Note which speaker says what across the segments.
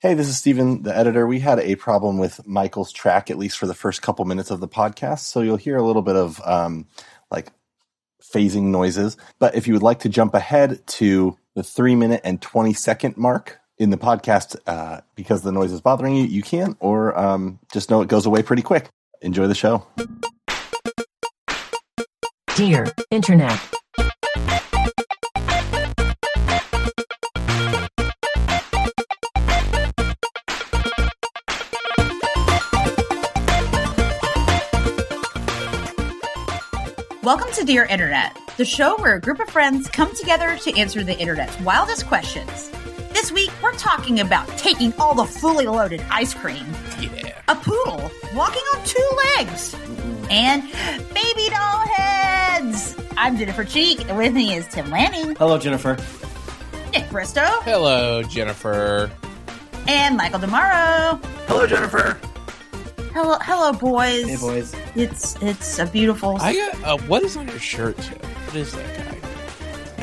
Speaker 1: Hey, this is Stephen, the editor. We had a problem with Michael's track, at least for the first couple minutes of the podcast. So you'll hear a little bit of um, like phasing noises. But if you would like to jump ahead to the three minute and 20 second mark in the podcast uh, because the noise is bothering you, you can, or um, just know it goes away pretty quick. Enjoy the show.
Speaker 2: Dear Internet.
Speaker 3: Welcome to Dear Internet, the show where a group of friends come together to answer the internet's wildest questions. This week, we're talking about taking all the fully loaded ice cream, a poodle walking on two legs, and baby doll heads. I'm Jennifer Cheek, and with me is Tim Lanning,
Speaker 4: Hello, Jennifer.
Speaker 3: Nick Bristow,
Speaker 5: Hello, Jennifer.
Speaker 3: and Michael Demaro.
Speaker 4: Hello, Jennifer.
Speaker 3: Hello, hello, boys.
Speaker 4: Hey, boys.
Speaker 3: It's it's a beautiful.
Speaker 5: I got uh, what is on your shirt, Jim? What is that guy?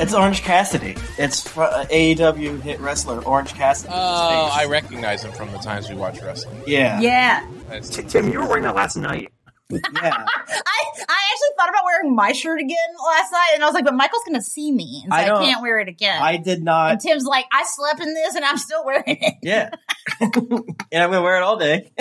Speaker 4: It's Orange Cassidy. It's fr- uh, AEW hit wrestler Orange Cassidy.
Speaker 5: Oh, I recognize him from the times we watch wrestling.
Speaker 4: yeah.
Speaker 3: yeah,
Speaker 5: That's-
Speaker 6: Tim, you were wearing that last night.
Speaker 4: Yeah.
Speaker 3: I, I actually thought about wearing my shirt again last night, and I was like, but Michael's going to see me, and so
Speaker 4: I
Speaker 3: I,
Speaker 4: don't-
Speaker 3: can't wear it again.
Speaker 4: I did
Speaker 3: and
Speaker 4: not.
Speaker 3: Tim's like, I slept in this, and I'm still wearing it.
Speaker 4: Yeah. and I'm gonna wear it all day.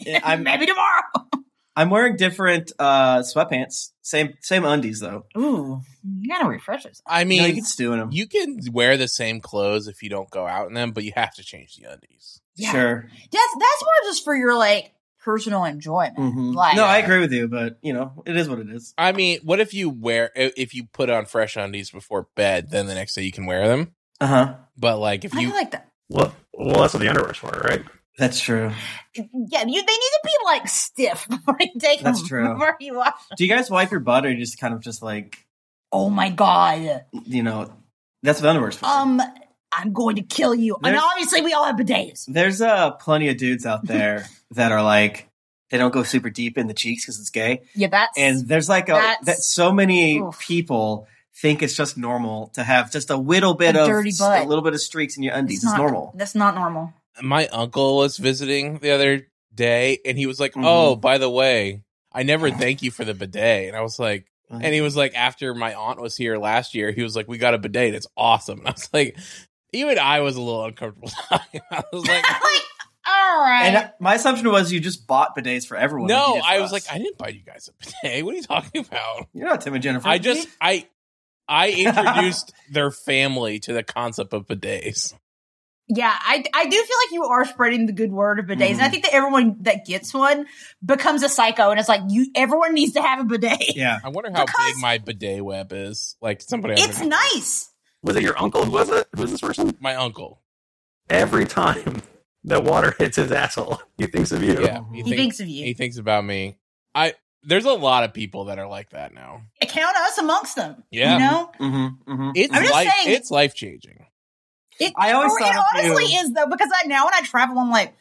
Speaker 4: Yeah, I'm
Speaker 3: Maybe tomorrow.
Speaker 4: I'm wearing different uh, sweatpants. Same same undies though.
Speaker 3: Ooh, you got to refresh yourself.
Speaker 5: I
Speaker 4: no, you
Speaker 5: mean,
Speaker 4: can stew in them.
Speaker 5: you can wear the same clothes if you don't go out in them, but you have to change the undies.
Speaker 3: Yeah.
Speaker 4: Sure.
Speaker 3: That's, that's more just for your, like, personal enjoyment.
Speaker 4: Mhm.
Speaker 3: Like,
Speaker 4: no, I agree with you, but you know it is what it is.
Speaker 5: I mean, what if you wear i- if you put on fresh undies before bed, then the next day you can wear them.
Speaker 4: Uh huh.
Speaker 5: But like if
Speaker 3: I
Speaker 5: you
Speaker 3: like that.
Speaker 6: Well, well, that's what the underwear's for, right?
Speaker 4: That's true.
Speaker 3: Yeah, you, they need to be like stiff before you take
Speaker 4: That's
Speaker 3: them.
Speaker 4: true.
Speaker 3: Before you wash.
Speaker 4: Do you guys wipe your butt or just kind of just like
Speaker 3: Oh my god.
Speaker 4: you know? That's what underwear's for.
Speaker 3: Um, I'm going to kill you. I mean,
Speaker 4: There's-
Speaker 3: obviously, we all have bidets.
Speaker 4: There's uh, plenty of dudes out there that are like they don't go super deep in the cheeks because it's gay,
Speaker 3: Yeah, that's
Speaker 4: and there's like a
Speaker 3: That's-
Speaker 4: that so many
Speaker 3: oof.
Speaker 4: people think it's just normal to have just a little bit
Speaker 3: A
Speaker 4: of
Speaker 3: dirty
Speaker 4: s-
Speaker 3: butt.
Speaker 4: a little bit of streaks in your undies. It's,
Speaker 3: not,
Speaker 4: normal.
Speaker 3: That's not normal.
Speaker 5: my uncle was visiting the other day, and he was like,
Speaker 4: Mhm.
Speaker 5: "Oh, by the way, I never thank you for the bidet," and I was like. And he was like, after my aunt was here last year, he was like, we got a bidet. and It's awesome. And I was like, even I was a little uncomfortable. I was like,
Speaker 3: like, all right.
Speaker 4: And I- my assumption was you just bought bidets for everyone. like you
Speaker 5: no,
Speaker 4: did for
Speaker 5: I was like,
Speaker 4: us.
Speaker 5: I didn't buy you guys a bidet. What are you talking about?
Speaker 4: you're not Tim and Jennifer.
Speaker 5: I just, I, I introduced their family to the concept of bidets.
Speaker 3: yeah, I, I do feel like you are spreading the good word of bidets, and I think that everyone that gets one becomes a psycho, and it's like you. Everyone needs to have a bidet.
Speaker 4: yeah.
Speaker 5: I wonder how
Speaker 3: Because-
Speaker 5: big my bidet web is. Like somebody, has
Speaker 3: It's
Speaker 5: an-
Speaker 3: nice.
Speaker 6: Was it your uncle? Who was it? Who was this person?
Speaker 5: My uncle.
Speaker 6: Every time that water hits his asshole, he thinks of you.
Speaker 5: Yeah,
Speaker 3: He thinks of you.
Speaker 5: He thinks about me. I. There's a lot of people that are like that now.
Speaker 3: Count us amongst them.
Speaker 5: Yeah.
Speaker 3: you know.
Speaker 4: Mm-hmm, mm-hmm.
Speaker 5: It's
Speaker 3: I'm just
Speaker 5: life.
Speaker 3: saying-
Speaker 5: It's life changing.
Speaker 3: It,
Speaker 4: I always
Speaker 3: or
Speaker 4: thought of
Speaker 3: it honestly
Speaker 4: you-
Speaker 3: is though because I now when I travel, I'm like,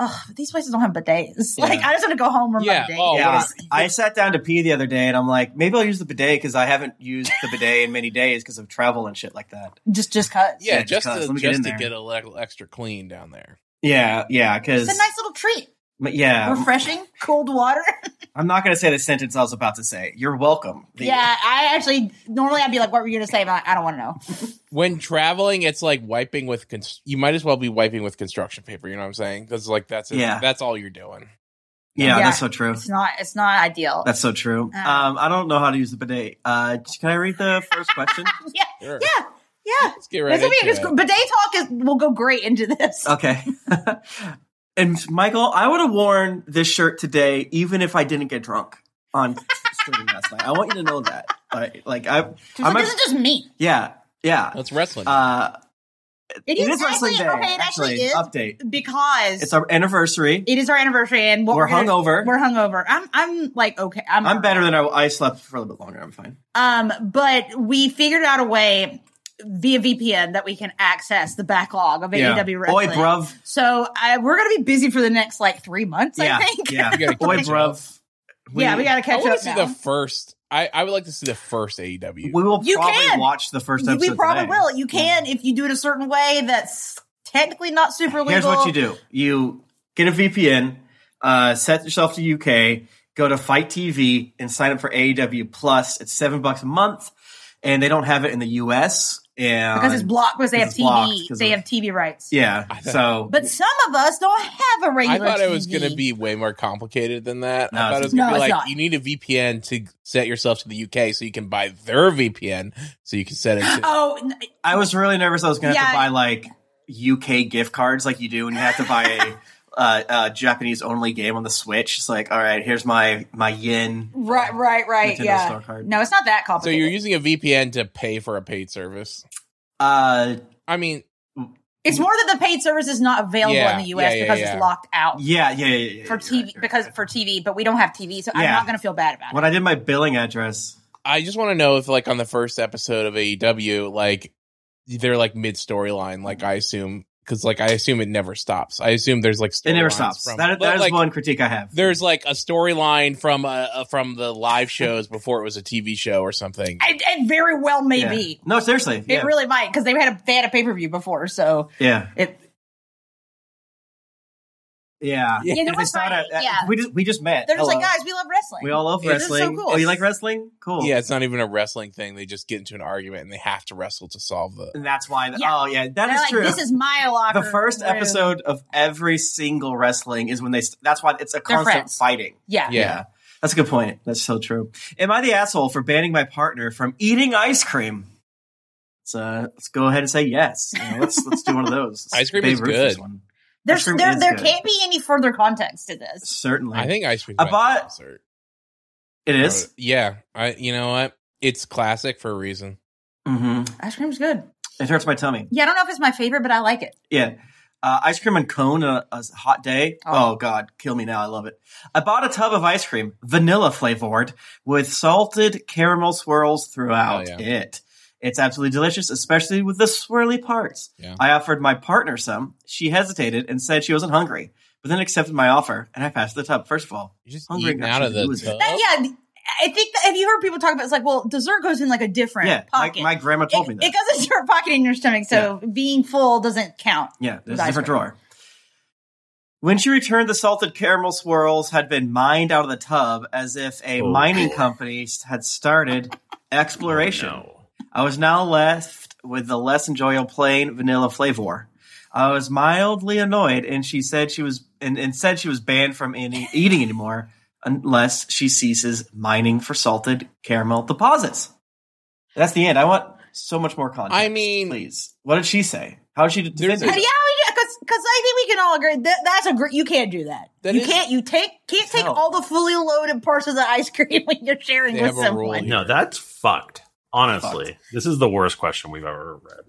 Speaker 3: oh, these places don't have bidets. Like
Speaker 4: Yeah.
Speaker 3: I just want to go home or
Speaker 5: Yeah,
Speaker 3: my bidet.
Speaker 5: oh,
Speaker 4: yeah,
Speaker 5: what a-
Speaker 4: I sat down to pee the other day, and I'm like, maybe I'll use the bidet because I haven't used the bidet in many days because of travel and shit like that.
Speaker 3: Just just cause.
Speaker 5: Yeah,
Speaker 4: Yeah,
Speaker 5: just
Speaker 4: just cause.
Speaker 5: to,
Speaker 4: Let me
Speaker 5: just
Speaker 4: get in
Speaker 5: to
Speaker 4: there.
Speaker 5: get a little extra clean down there.
Speaker 4: Yeah, yeah,
Speaker 3: It's
Speaker 4: because
Speaker 3: a nice little treat.
Speaker 4: yeah,
Speaker 3: Refreshing, cold water.
Speaker 4: I'm not going to say the sentence I was about to say. You're welcome. The-
Speaker 3: yeah, I actually normally I'd be like, "What were you going to say?" But I, I don't want to know.
Speaker 5: When traveling, it's like wiping with. Const- you might as well be wiping with construction paper. You know what I'm saying? Because like that's it.
Speaker 4: Yeah.
Speaker 5: that's all you're doing.
Speaker 4: yeah,
Speaker 3: Yeah.
Speaker 4: that's so true.
Speaker 3: It's not. It's not ideal.
Speaker 4: That's so true.
Speaker 3: Uh.
Speaker 4: Um, I don't know how to use the bidet. Uh, can I read the first question?
Speaker 3: yeah,
Speaker 5: Sure.
Speaker 3: yeah, yeah.
Speaker 5: Let's get right
Speaker 3: This will
Speaker 5: into
Speaker 3: be a good
Speaker 5: it.
Speaker 3: sc- bidet talk is will go great into this.
Speaker 4: Okay. and Michael, I would have worn this shirt today, even if I didn't get drunk on stream last night. I want you to know that. Like, like I,
Speaker 3: Just like,
Speaker 4: I'm a-
Speaker 3: this is just me.
Speaker 4: yeah, yeah.
Speaker 5: That's wrestling.
Speaker 4: Uh,
Speaker 3: It
Speaker 4: it
Speaker 3: is,
Speaker 4: is wrestling
Speaker 3: actually
Speaker 4: day.
Speaker 3: okay. It actually,
Speaker 4: actually,
Speaker 3: is
Speaker 4: update.
Speaker 3: because
Speaker 4: It's our anniversary.
Speaker 3: it is our anniversary and what
Speaker 4: We're
Speaker 3: gonna-
Speaker 4: hungover.
Speaker 3: We're hungover. I'm I'm like okay. I'm
Speaker 4: I'm better than I, I slept for a little bit longer. I'm fine.
Speaker 3: Um, but we figured out a way via VPN that we can access the backlog of
Speaker 4: Yeah.
Speaker 3: AEW
Speaker 4: Boy,
Speaker 3: wrestling.
Speaker 4: bruv.
Speaker 3: So I, we're gonna be busy for the next like three months.
Speaker 4: Yeah,
Speaker 3: I think.
Speaker 4: yeah.
Speaker 5: You gotta
Speaker 4: Boy,
Speaker 5: catch
Speaker 4: bruv.
Speaker 3: yeah, we gotta
Speaker 5: I
Speaker 3: catch
Speaker 5: want
Speaker 3: up
Speaker 5: to see
Speaker 3: now.
Speaker 5: the first. I, I would like to see the first E AEW.
Speaker 4: We will
Speaker 3: You
Speaker 4: probably
Speaker 3: can.
Speaker 4: watch the first episode.
Speaker 3: we probably
Speaker 4: today.
Speaker 3: will. You can if you do it a certain way that's technically not super legal.
Speaker 4: Here's what you do: you get a VPN, uh, set yourself to UK, go to Fight TV, and sign up for AEW Plus. It's seven bucks a month, and they don't have it in the US. And
Speaker 3: because it's blocked because they have
Speaker 4: It's blocked
Speaker 3: TV.
Speaker 4: 'cause
Speaker 3: They
Speaker 4: of-
Speaker 3: have TV rights.
Speaker 4: yeah,
Speaker 5: I thought-
Speaker 4: so
Speaker 3: But some of us don't have a
Speaker 5: I
Speaker 3: regular.
Speaker 5: thought it was
Speaker 3: TV.
Speaker 5: going to be way more complicated than that.
Speaker 4: No,
Speaker 5: I thought it
Speaker 4: it's
Speaker 5: was going
Speaker 3: not.
Speaker 5: to
Speaker 3: No,
Speaker 5: be
Speaker 3: it's
Speaker 5: like
Speaker 3: not.
Speaker 5: you need a VPN to set yourself to the UK so you can buy their VPN so you can set it to
Speaker 3: Oh, n-
Speaker 4: I was really nervous. I was going to have
Speaker 3: Yeah.
Speaker 4: to buy like UK gift cards, like you do when you have to buy a uh, uh, Japanese only game on the Switch. It's like, all right, here's my my yen.
Speaker 3: right, right, right.
Speaker 4: Nintendo
Speaker 3: yeah.
Speaker 4: Store card.
Speaker 3: No, it's not that
Speaker 5: So
Speaker 3: complicated.
Speaker 5: you're using a VPN to pay for a paid service.
Speaker 4: Uh,
Speaker 5: I mean,
Speaker 3: It's more that the paid service is not available
Speaker 5: Yeah,
Speaker 3: in the U.S.
Speaker 5: yeah, yeah,
Speaker 3: because
Speaker 5: yeah.
Speaker 3: it's locked out
Speaker 4: yeah, yeah, yeah, yeah.
Speaker 3: for
Speaker 4: yeah,
Speaker 3: TV
Speaker 4: right, right,
Speaker 3: because
Speaker 4: right.
Speaker 3: for TV, but we don't have TV, so I'm
Speaker 4: Yeah.
Speaker 3: not going to feel bad about it.
Speaker 4: when I did my billing address,
Speaker 5: I just want to know if, like, on the first episode of AEW, like, they're like mid storyline, like I assume, because like I assume it never stops. I assume there's like
Speaker 4: it never
Speaker 5: storylines
Speaker 4: stops.
Speaker 5: from-
Speaker 4: that that is
Speaker 5: like,
Speaker 4: one critique I have.
Speaker 5: There's like a storyline from uh, uh, from the live shows before it was a TV show or something.
Speaker 3: It, it very well may
Speaker 4: Yeah.
Speaker 3: be.
Speaker 4: no seriously.
Speaker 3: It
Speaker 4: yeah.
Speaker 3: really might because they had a they had a pay per view before, so
Speaker 4: yeah,
Speaker 3: it.
Speaker 4: yeah.
Speaker 5: Yeah,
Speaker 3: Yeah, there was
Speaker 4: It's not
Speaker 3: Friday,
Speaker 4: a-
Speaker 3: yeah.
Speaker 4: we just we just met.
Speaker 3: They're just like
Speaker 4: Hello.
Speaker 3: guys, we love wrestling.
Speaker 4: we all love
Speaker 5: This
Speaker 3: is so
Speaker 4: wrestling.
Speaker 3: cool.
Speaker 4: Oh, you like wrestling? Cool.
Speaker 5: Yeah, it's not even a wrestling thing. They just get into an argument and they have to wrestle to solve the.
Speaker 4: and that's why.
Speaker 3: Yeah.
Speaker 4: Oh yeah, that
Speaker 3: They're
Speaker 4: is
Speaker 3: like,
Speaker 4: true.
Speaker 3: This is my locker.
Speaker 4: the first
Speaker 3: room."
Speaker 4: episode of every single wrestling is when they. St- that's why it's a constant
Speaker 3: friends.
Speaker 4: fighting.
Speaker 3: Yeah.
Speaker 5: Yeah.
Speaker 4: that's a good point. That's so true. Am I the asshole for banning my partner from eating ice cream? Let's, uh, let's go ahead and say yes. You know, let's let's do one of those.
Speaker 5: Ice cream
Speaker 4: Babe
Speaker 5: is
Speaker 4: Ruth
Speaker 5: good.
Speaker 4: this one.
Speaker 3: There's
Speaker 4: Mushroom
Speaker 3: there
Speaker 4: is
Speaker 3: there
Speaker 4: good.
Speaker 3: can't be any further context to this.
Speaker 4: Certainly,
Speaker 5: I think ice cream.
Speaker 4: I bought- it is.
Speaker 5: Yeah, I. You know what? It's classic for a reason.
Speaker 4: Mm-hmm.
Speaker 3: Ice cream's good.
Speaker 4: It hurts my tummy.
Speaker 3: Yeah, I don't know if it's my favorite, but I like it.
Speaker 4: Yeah. Uh, ice cream and cone on a, a hot day.
Speaker 3: Oh.
Speaker 4: Oh. God, kill me now. I love it. I bought a tub of ice cream, vanilla flavored, with salted caramel swirls throughout
Speaker 5: Oh,
Speaker 4: it. It's absolutely delicious, especially with the swirly parts.
Speaker 5: Yeah.
Speaker 4: I offered my partner some. She hesitated and said she wasn't hungry, but then accepted my offer, and I passed the tub. First of all,
Speaker 5: You're just
Speaker 4: Hungry
Speaker 5: eating
Speaker 4: got
Speaker 5: out
Speaker 4: you
Speaker 5: of
Speaker 4: to
Speaker 5: the
Speaker 4: lose it.
Speaker 5: tub.
Speaker 3: That- yeah, I think that, have you heard people talk about it's like, well, dessert goes in like a different
Speaker 4: yeah, my,
Speaker 3: pocket.
Speaker 4: my grandma told me
Speaker 3: it,
Speaker 4: that.
Speaker 3: it goes into your pocket in your stomach, so being full doesn't count.
Speaker 4: Yeah, there's
Speaker 3: With
Speaker 4: a
Speaker 3: ice
Speaker 4: different
Speaker 3: cream.
Speaker 4: drawer. When she returned, the salted caramel swirls had been mined out of the tub as if a
Speaker 6: Oh,
Speaker 4: mining
Speaker 6: boy.
Speaker 4: company had started exploration.
Speaker 5: Oh,
Speaker 6: No.
Speaker 4: I was now left with the less enjoyable plain vanilla flavor. I was mildly annoyed, and she said she was and, and said she was banned from any, eating anymore unless she ceases mining for salted caramel deposits. That's the end. I want so much more content.
Speaker 5: I mean-
Speaker 4: please. What did she say? How did she defend
Speaker 5: There's
Speaker 3: But
Speaker 4: it?
Speaker 3: yeah, because I think we can all agree that that's a great. You can't do that.
Speaker 5: That
Speaker 3: you
Speaker 5: is-
Speaker 3: can't. You take can't take
Speaker 4: No.
Speaker 3: all the fully loaded parcels of ice cream when you're sharing
Speaker 5: They
Speaker 3: with
Speaker 5: have a rule
Speaker 3: someone.
Speaker 5: here.
Speaker 6: No, that's fucked. Honestly, this is the worst question we've ever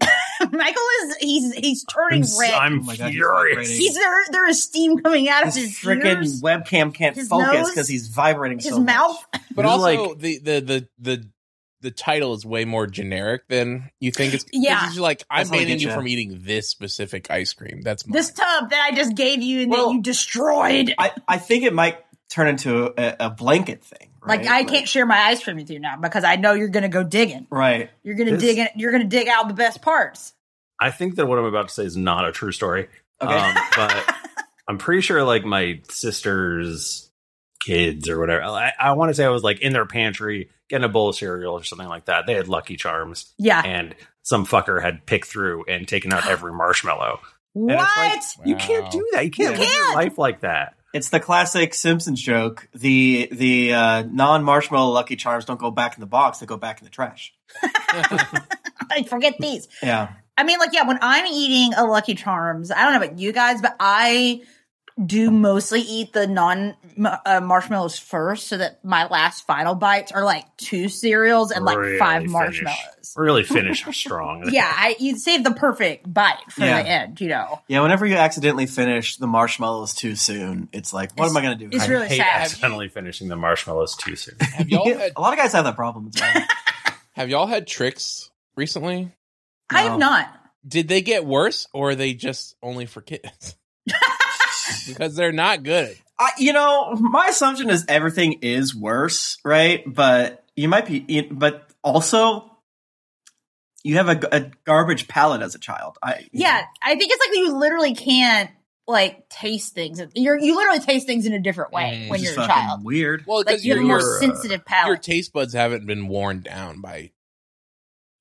Speaker 6: read.
Speaker 3: Michael is he's he's
Speaker 6: I'm,
Speaker 3: turning
Speaker 6: s-
Speaker 3: red.
Speaker 6: I'm
Speaker 4: Oh my God, he's
Speaker 6: furious.
Speaker 4: vibrating.
Speaker 3: He's there. There is steam coming out of
Speaker 4: his
Speaker 3: his
Speaker 4: freaking
Speaker 3: ears,
Speaker 4: webcam can't
Speaker 3: His
Speaker 4: focus
Speaker 3: nose?
Speaker 4: because he's vibrating
Speaker 3: his
Speaker 4: so much.
Speaker 3: mouth.
Speaker 5: But
Speaker 4: This is
Speaker 5: also
Speaker 4: like-
Speaker 5: the, the the the the title is way more generic than you think it's. 'cause
Speaker 3: Yeah.
Speaker 5: it's like I'm
Speaker 4: That's how they
Speaker 5: banning
Speaker 4: get
Speaker 5: you
Speaker 4: ya.
Speaker 5: from eating this specific ice cream. That's mine.
Speaker 3: This tub that I just gave you and
Speaker 4: Well,
Speaker 3: that you destroyed.
Speaker 4: I, I think it might turn into a, a blanket thing. Right?
Speaker 3: like I can't share my ice cream with you now because I know you're gonna go digging.
Speaker 4: Right.
Speaker 3: You're gonna
Speaker 6: This-
Speaker 3: dig in. You're gonna dig out the best parts.
Speaker 6: I think that what I'm about to say is not a true story.
Speaker 4: Okay.
Speaker 6: Um, but I'm pretty sure like my sister's kids or whatever. I, I want to say I was like in their pantry getting a bowl of cereal or something like that. They had Lucky Charms
Speaker 3: Yeah.
Speaker 6: and some fucker had picked through and taken out every marshmallow.
Speaker 4: it's
Speaker 3: What?
Speaker 4: like-
Speaker 6: You can't
Speaker 5: Wow.
Speaker 6: do that. You can't
Speaker 4: You
Speaker 6: live your
Speaker 3: can't.
Speaker 6: life like that.
Speaker 4: It's the classic Simpsons joke. The the uh, non marshmallow Lucky Charms don't go back in the box; they go back in the trash.
Speaker 3: I forget these.
Speaker 4: Yeah.
Speaker 3: I mean, like, yeah, when I'm eating a Lucky Charms, I don't know about you guys, but I do mostly eat the non uh, marshmallows first so that my last final bites are like two cereals and like
Speaker 6: Really
Speaker 3: five
Speaker 6: finish-
Speaker 3: marshmallows.
Speaker 6: Really finish strong.
Speaker 3: Yeah, I, you save the perfect bite for
Speaker 4: Yeah.
Speaker 3: the end, you know.
Speaker 4: Yeah. Whenever you accidentally finish the marshmallows too soon, it's like, what am I going to do?
Speaker 3: It's
Speaker 6: I
Speaker 3: really
Speaker 6: hate
Speaker 3: sad.
Speaker 6: accidentally finishing the marshmallows too soon.
Speaker 5: Have y'all had,
Speaker 4: a lot of guys have that problem. It's fine.
Speaker 5: have y'all had tricks recently?
Speaker 3: I have
Speaker 4: No.
Speaker 3: not.
Speaker 5: Did they get worse or are they just only for kids? because they're not good.
Speaker 4: I, you know, my assumption is everything is worse, right? But you might be, you- but also, you have a, a garbage palate as a child. I
Speaker 3: Yeah, I think it's like you literally can't like taste things. You're you literally taste things in a different way
Speaker 5: Mm.
Speaker 3: when
Speaker 4: It's
Speaker 3: you're
Speaker 4: just
Speaker 3: a
Speaker 4: fucking
Speaker 3: child.
Speaker 4: Weird.
Speaker 5: Well,
Speaker 3: Like
Speaker 5: because
Speaker 3: you
Speaker 5: your
Speaker 3: have a more
Speaker 5: your, uh,
Speaker 3: sensitive
Speaker 5: your
Speaker 3: palate.
Speaker 5: taste buds haven't been worn down by.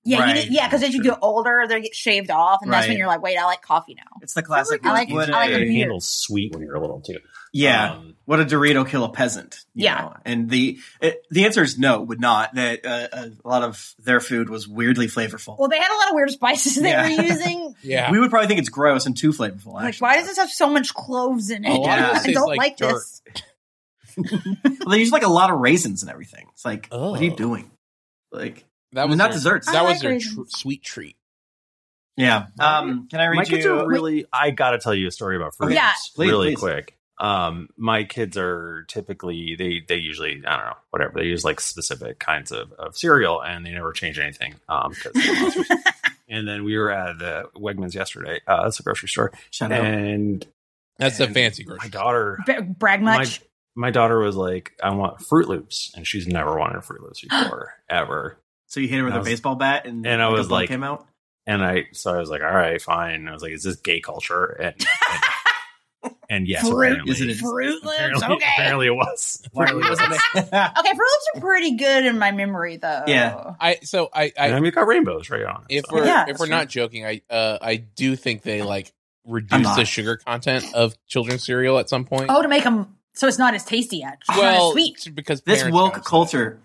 Speaker 3: yeah, you
Speaker 4: Right.
Speaker 3: did- yeah, because as you
Speaker 4: True.
Speaker 3: get older, they get shaved off, and that's when
Speaker 4: Right.
Speaker 3: you're like, wait, I like coffee now.
Speaker 4: It's the classic.
Speaker 3: I like-
Speaker 4: what
Speaker 3: I like
Speaker 4: a-
Speaker 3: it weird.
Speaker 6: handle sweet when you're little too.
Speaker 5: Oh.
Speaker 4: yeah.
Speaker 6: Um,
Speaker 4: What a Dorito kill a peasant. you
Speaker 3: Yeah.
Speaker 4: know? And the it, the answer is no, would not. That uh, a lot of their food was weirdly flavorful.
Speaker 3: Well, they had a lot of weird spices they
Speaker 4: Yeah.
Speaker 3: were using.
Speaker 5: Yeah.
Speaker 4: we would probably think it's gross and too flavorful.
Speaker 3: like,
Speaker 4: Actually.
Speaker 3: why does this have so much cloves in
Speaker 5: A
Speaker 3: it?
Speaker 5: lot
Speaker 4: of
Speaker 3: I
Speaker 4: this
Speaker 5: tastes
Speaker 3: don't
Speaker 5: like
Speaker 3: like,
Speaker 5: dirt.
Speaker 3: this.
Speaker 4: Well, they use like a lot of raisins and everything. It's like, what are you
Speaker 5: Oh.
Speaker 4: doing? Like,
Speaker 5: that
Speaker 4: not
Speaker 5: their-
Speaker 4: desserts.
Speaker 5: That
Speaker 3: I
Speaker 5: was
Speaker 3: like
Speaker 5: their tr-
Speaker 3: raisins.
Speaker 5: sweet treat.
Speaker 4: yeah. Um, can I
Speaker 6: my
Speaker 4: read
Speaker 6: kids
Speaker 4: you?
Speaker 6: are really. I gotta tell you a story about fruits.
Speaker 3: Okay. Yeah.
Speaker 4: Please,
Speaker 6: really
Speaker 4: please.
Speaker 6: quick. Um, my kids are typically they they usually I don't know whatever they use like specific kinds of, of cereal and they never change anything. Um, 'cause they're monsters. and then we were at the Wegmans yesterday. Uh, that's a grocery store,
Speaker 4: Shut up.
Speaker 6: and
Speaker 5: That's the
Speaker 6: and
Speaker 5: fancy
Speaker 6: My
Speaker 5: grocery.
Speaker 6: daughter,
Speaker 3: Bra- brag
Speaker 6: My-
Speaker 3: much?
Speaker 6: my daughter was like, "I want Fruit Loops," and she's never wanted Fruit Loops before ever.
Speaker 4: So you hit her with
Speaker 6: And I
Speaker 4: a
Speaker 6: was-
Speaker 4: baseball bat, and
Speaker 6: and I
Speaker 4: the
Speaker 6: was
Speaker 4: ball
Speaker 6: like-
Speaker 4: came out.
Speaker 6: And I so I was like, "All right, fine." And I was like, "Is this gay culture?" And and, and yes,
Speaker 3: Fruit
Speaker 6: apparently,
Speaker 4: Yes, it is.
Speaker 3: Fruit Loops,
Speaker 6: apparently,
Speaker 3: okay.
Speaker 6: apparently it was.
Speaker 4: Apparently it wasn't.
Speaker 3: Okay, Fruit Loops are pretty good in my memory, though.
Speaker 4: Yeah.
Speaker 5: I so I I
Speaker 6: I, mean, it got rainbows right on. it,
Speaker 5: if
Speaker 6: so.
Speaker 5: we're
Speaker 4: Yeah,
Speaker 5: if
Speaker 4: that's
Speaker 5: we're
Speaker 4: true.
Speaker 5: not joking, I uh I do think they like reduce the
Speaker 4: not.
Speaker 5: sugar content of children's cereal at some point.
Speaker 3: Oh, to make them so it's not as tasty yet. It's not as
Speaker 5: well,
Speaker 3: sweet.
Speaker 5: it's because
Speaker 4: This
Speaker 5: parents
Speaker 4: woke
Speaker 5: got upset.
Speaker 4: culture.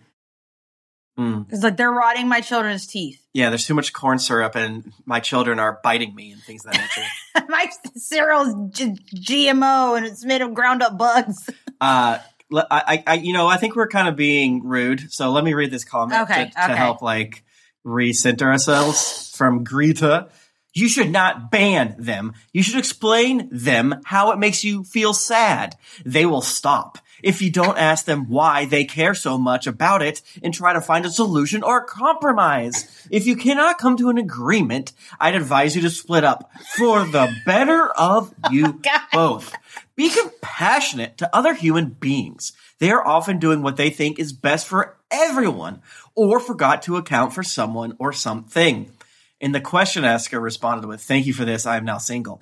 Speaker 4: Mm.
Speaker 3: It's like they're rotting my children's teeth.
Speaker 4: Yeah, there's too much corn syrup, and my children are biting me and things of that nature.
Speaker 3: my cereal's g- GMO and it's made of ground up bugs.
Speaker 4: uh, le- I, I, you know, I think we're kind of being rude. So let me read this comment
Speaker 3: Okay,
Speaker 4: to, to
Speaker 3: okay.
Speaker 4: help like recenter ourselves from Greta. You should not ban them. You should explain them how it makes you feel sad. They will stop if you don't ask them why they care so much about it and try to find a solution or compromise. If you cannot come to an agreement, I'd advise you to split up for the better of you both. Be compassionate to other human beings. They are often doing what they think is best for everyone or forgot to account for someone or something. And the question asker responded with, Thank you for this. I am now single.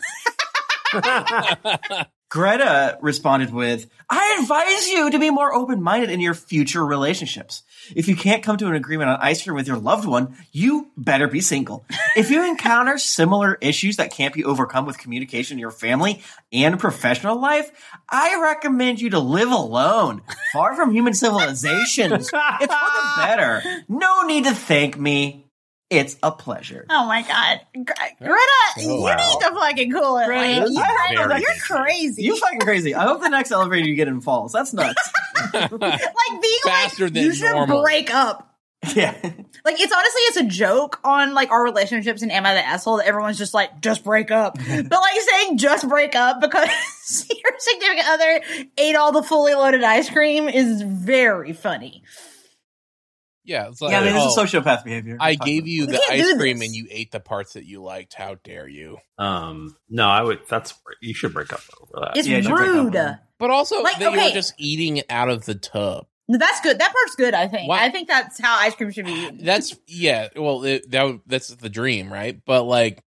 Speaker 4: Greta responded with, I advise you to be more open minded in your future relationships. If you can't come to an agreement on ice cream with your loved one, you better be single. If you encounter similar issues that can't be overcome with communication in your family and professional life, I recommend you to live alone, far from human civilization. It's for the better. No need to thank me. It's a pleasure.
Speaker 3: Oh my god, Gre- Greta, you
Speaker 6: Oh, wow.
Speaker 3: need to fucking cool it. Like,
Speaker 4: Greta,
Speaker 3: you
Speaker 6: that's
Speaker 3: kind of-
Speaker 6: very
Speaker 3: you're
Speaker 6: good.
Speaker 3: crazy.
Speaker 4: You fucking crazy. I hope the next elevator you get in falls. That's nuts.
Speaker 3: like being
Speaker 5: Faster
Speaker 3: like,
Speaker 5: than
Speaker 3: you should
Speaker 5: normal.
Speaker 3: break up.
Speaker 4: yeah.
Speaker 3: Like it's honestly it's a joke on like our relationships and Am I the Asshole that everyone's just like, just break up. but like saying just break up because your significant other ate all the fully loaded ice cream is very funny.
Speaker 5: Yeah, it's like
Speaker 4: yeah, I mean,
Speaker 5: oh,
Speaker 4: this is sociopath behavior.
Speaker 5: I gave you
Speaker 3: We
Speaker 5: the
Speaker 3: can't
Speaker 5: ice
Speaker 3: do
Speaker 5: cream
Speaker 3: this.
Speaker 5: and you ate the parts that you liked. How dare you?
Speaker 6: Um, no, I would. That's you should break up over that.
Speaker 3: It's
Speaker 4: Uh, Yeah, just break up
Speaker 3: rude.
Speaker 4: with them.
Speaker 5: But also
Speaker 3: Like,
Speaker 5: that you
Speaker 3: okay.
Speaker 5: were just eating it out of the tub.
Speaker 3: No, that's good. That part's good, I think.
Speaker 5: Why-
Speaker 3: I think that's how ice cream should be eaten.
Speaker 5: That's yeah. Well, it, that would- that's the dream, right? But like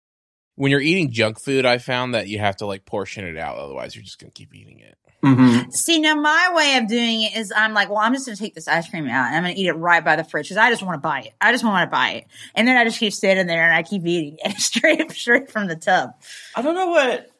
Speaker 5: when you're eating junk food, I found that you have to like portion it out, otherwise you're just gonna keep eating it.
Speaker 4: Mhm.
Speaker 3: See, now my way of doing it is I'm like, well, I'm just going to take this ice cream out and I'm going to eat it right by the fridge because I just want to buy it. I just want to buy it. And then I just keep sitting there and I keep eating it straight, straight from the tub.
Speaker 4: I don't know what.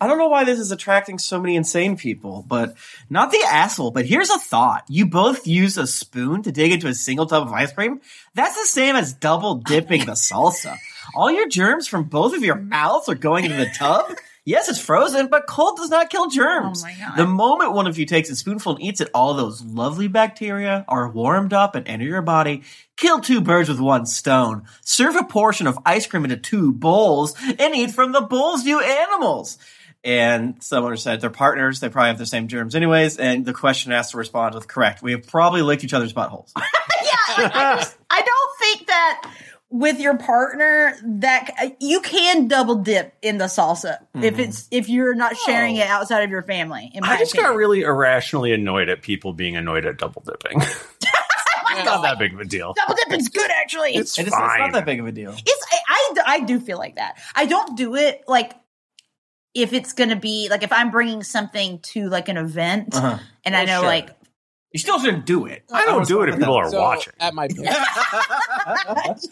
Speaker 4: I don't know why this is attracting so many insane people, but not the asshole. But here's a thought: you both use a spoon to dig into a single tub of ice cream. That's the same as double dipping the salsa. All your germs from both of your mouths are going into the tub. Yes, it's frozen, but cold does not kill germs.
Speaker 3: Oh my God.
Speaker 4: The moment one of you takes a spoonful and eats it, all those lovely bacteria are warmed up and enter your body. Kill two birds with one stone. Serve a portion of ice cream into two bowls and eat from the bowls, you animals. And someone said they're partners. They probably have the same germs, anyways. And the question asked to respond with correct. We have probably licked each other's buttholes.
Speaker 3: yeah, I, just, I don't think that with your partner that uh, you can double dip in the salsa if it's if you're not sharing it outside of your family. In my
Speaker 6: Mm-hmm. Oh. I just got
Speaker 3: opinion.
Speaker 6: really irrationally annoyed at people being annoyed at double dipping.
Speaker 3: I'm
Speaker 6: not
Speaker 3: just
Speaker 6: that
Speaker 3: like,
Speaker 6: big of a deal.
Speaker 3: double dipping's good actually.
Speaker 6: It's
Speaker 4: It is, it's
Speaker 6: fine.
Speaker 4: not that big of a deal.
Speaker 3: It's I, I I do feel like that. I don't do it like if it's gonna be like if I'm bringing something to like an event
Speaker 4: Uh-huh.
Speaker 3: and I
Speaker 6: Oh,
Speaker 5: Well,
Speaker 3: know
Speaker 5: sure.
Speaker 3: like
Speaker 4: You still shouldn't do it.
Speaker 6: I don't do it if people are
Speaker 5: So,
Speaker 6: watching.
Speaker 5: at my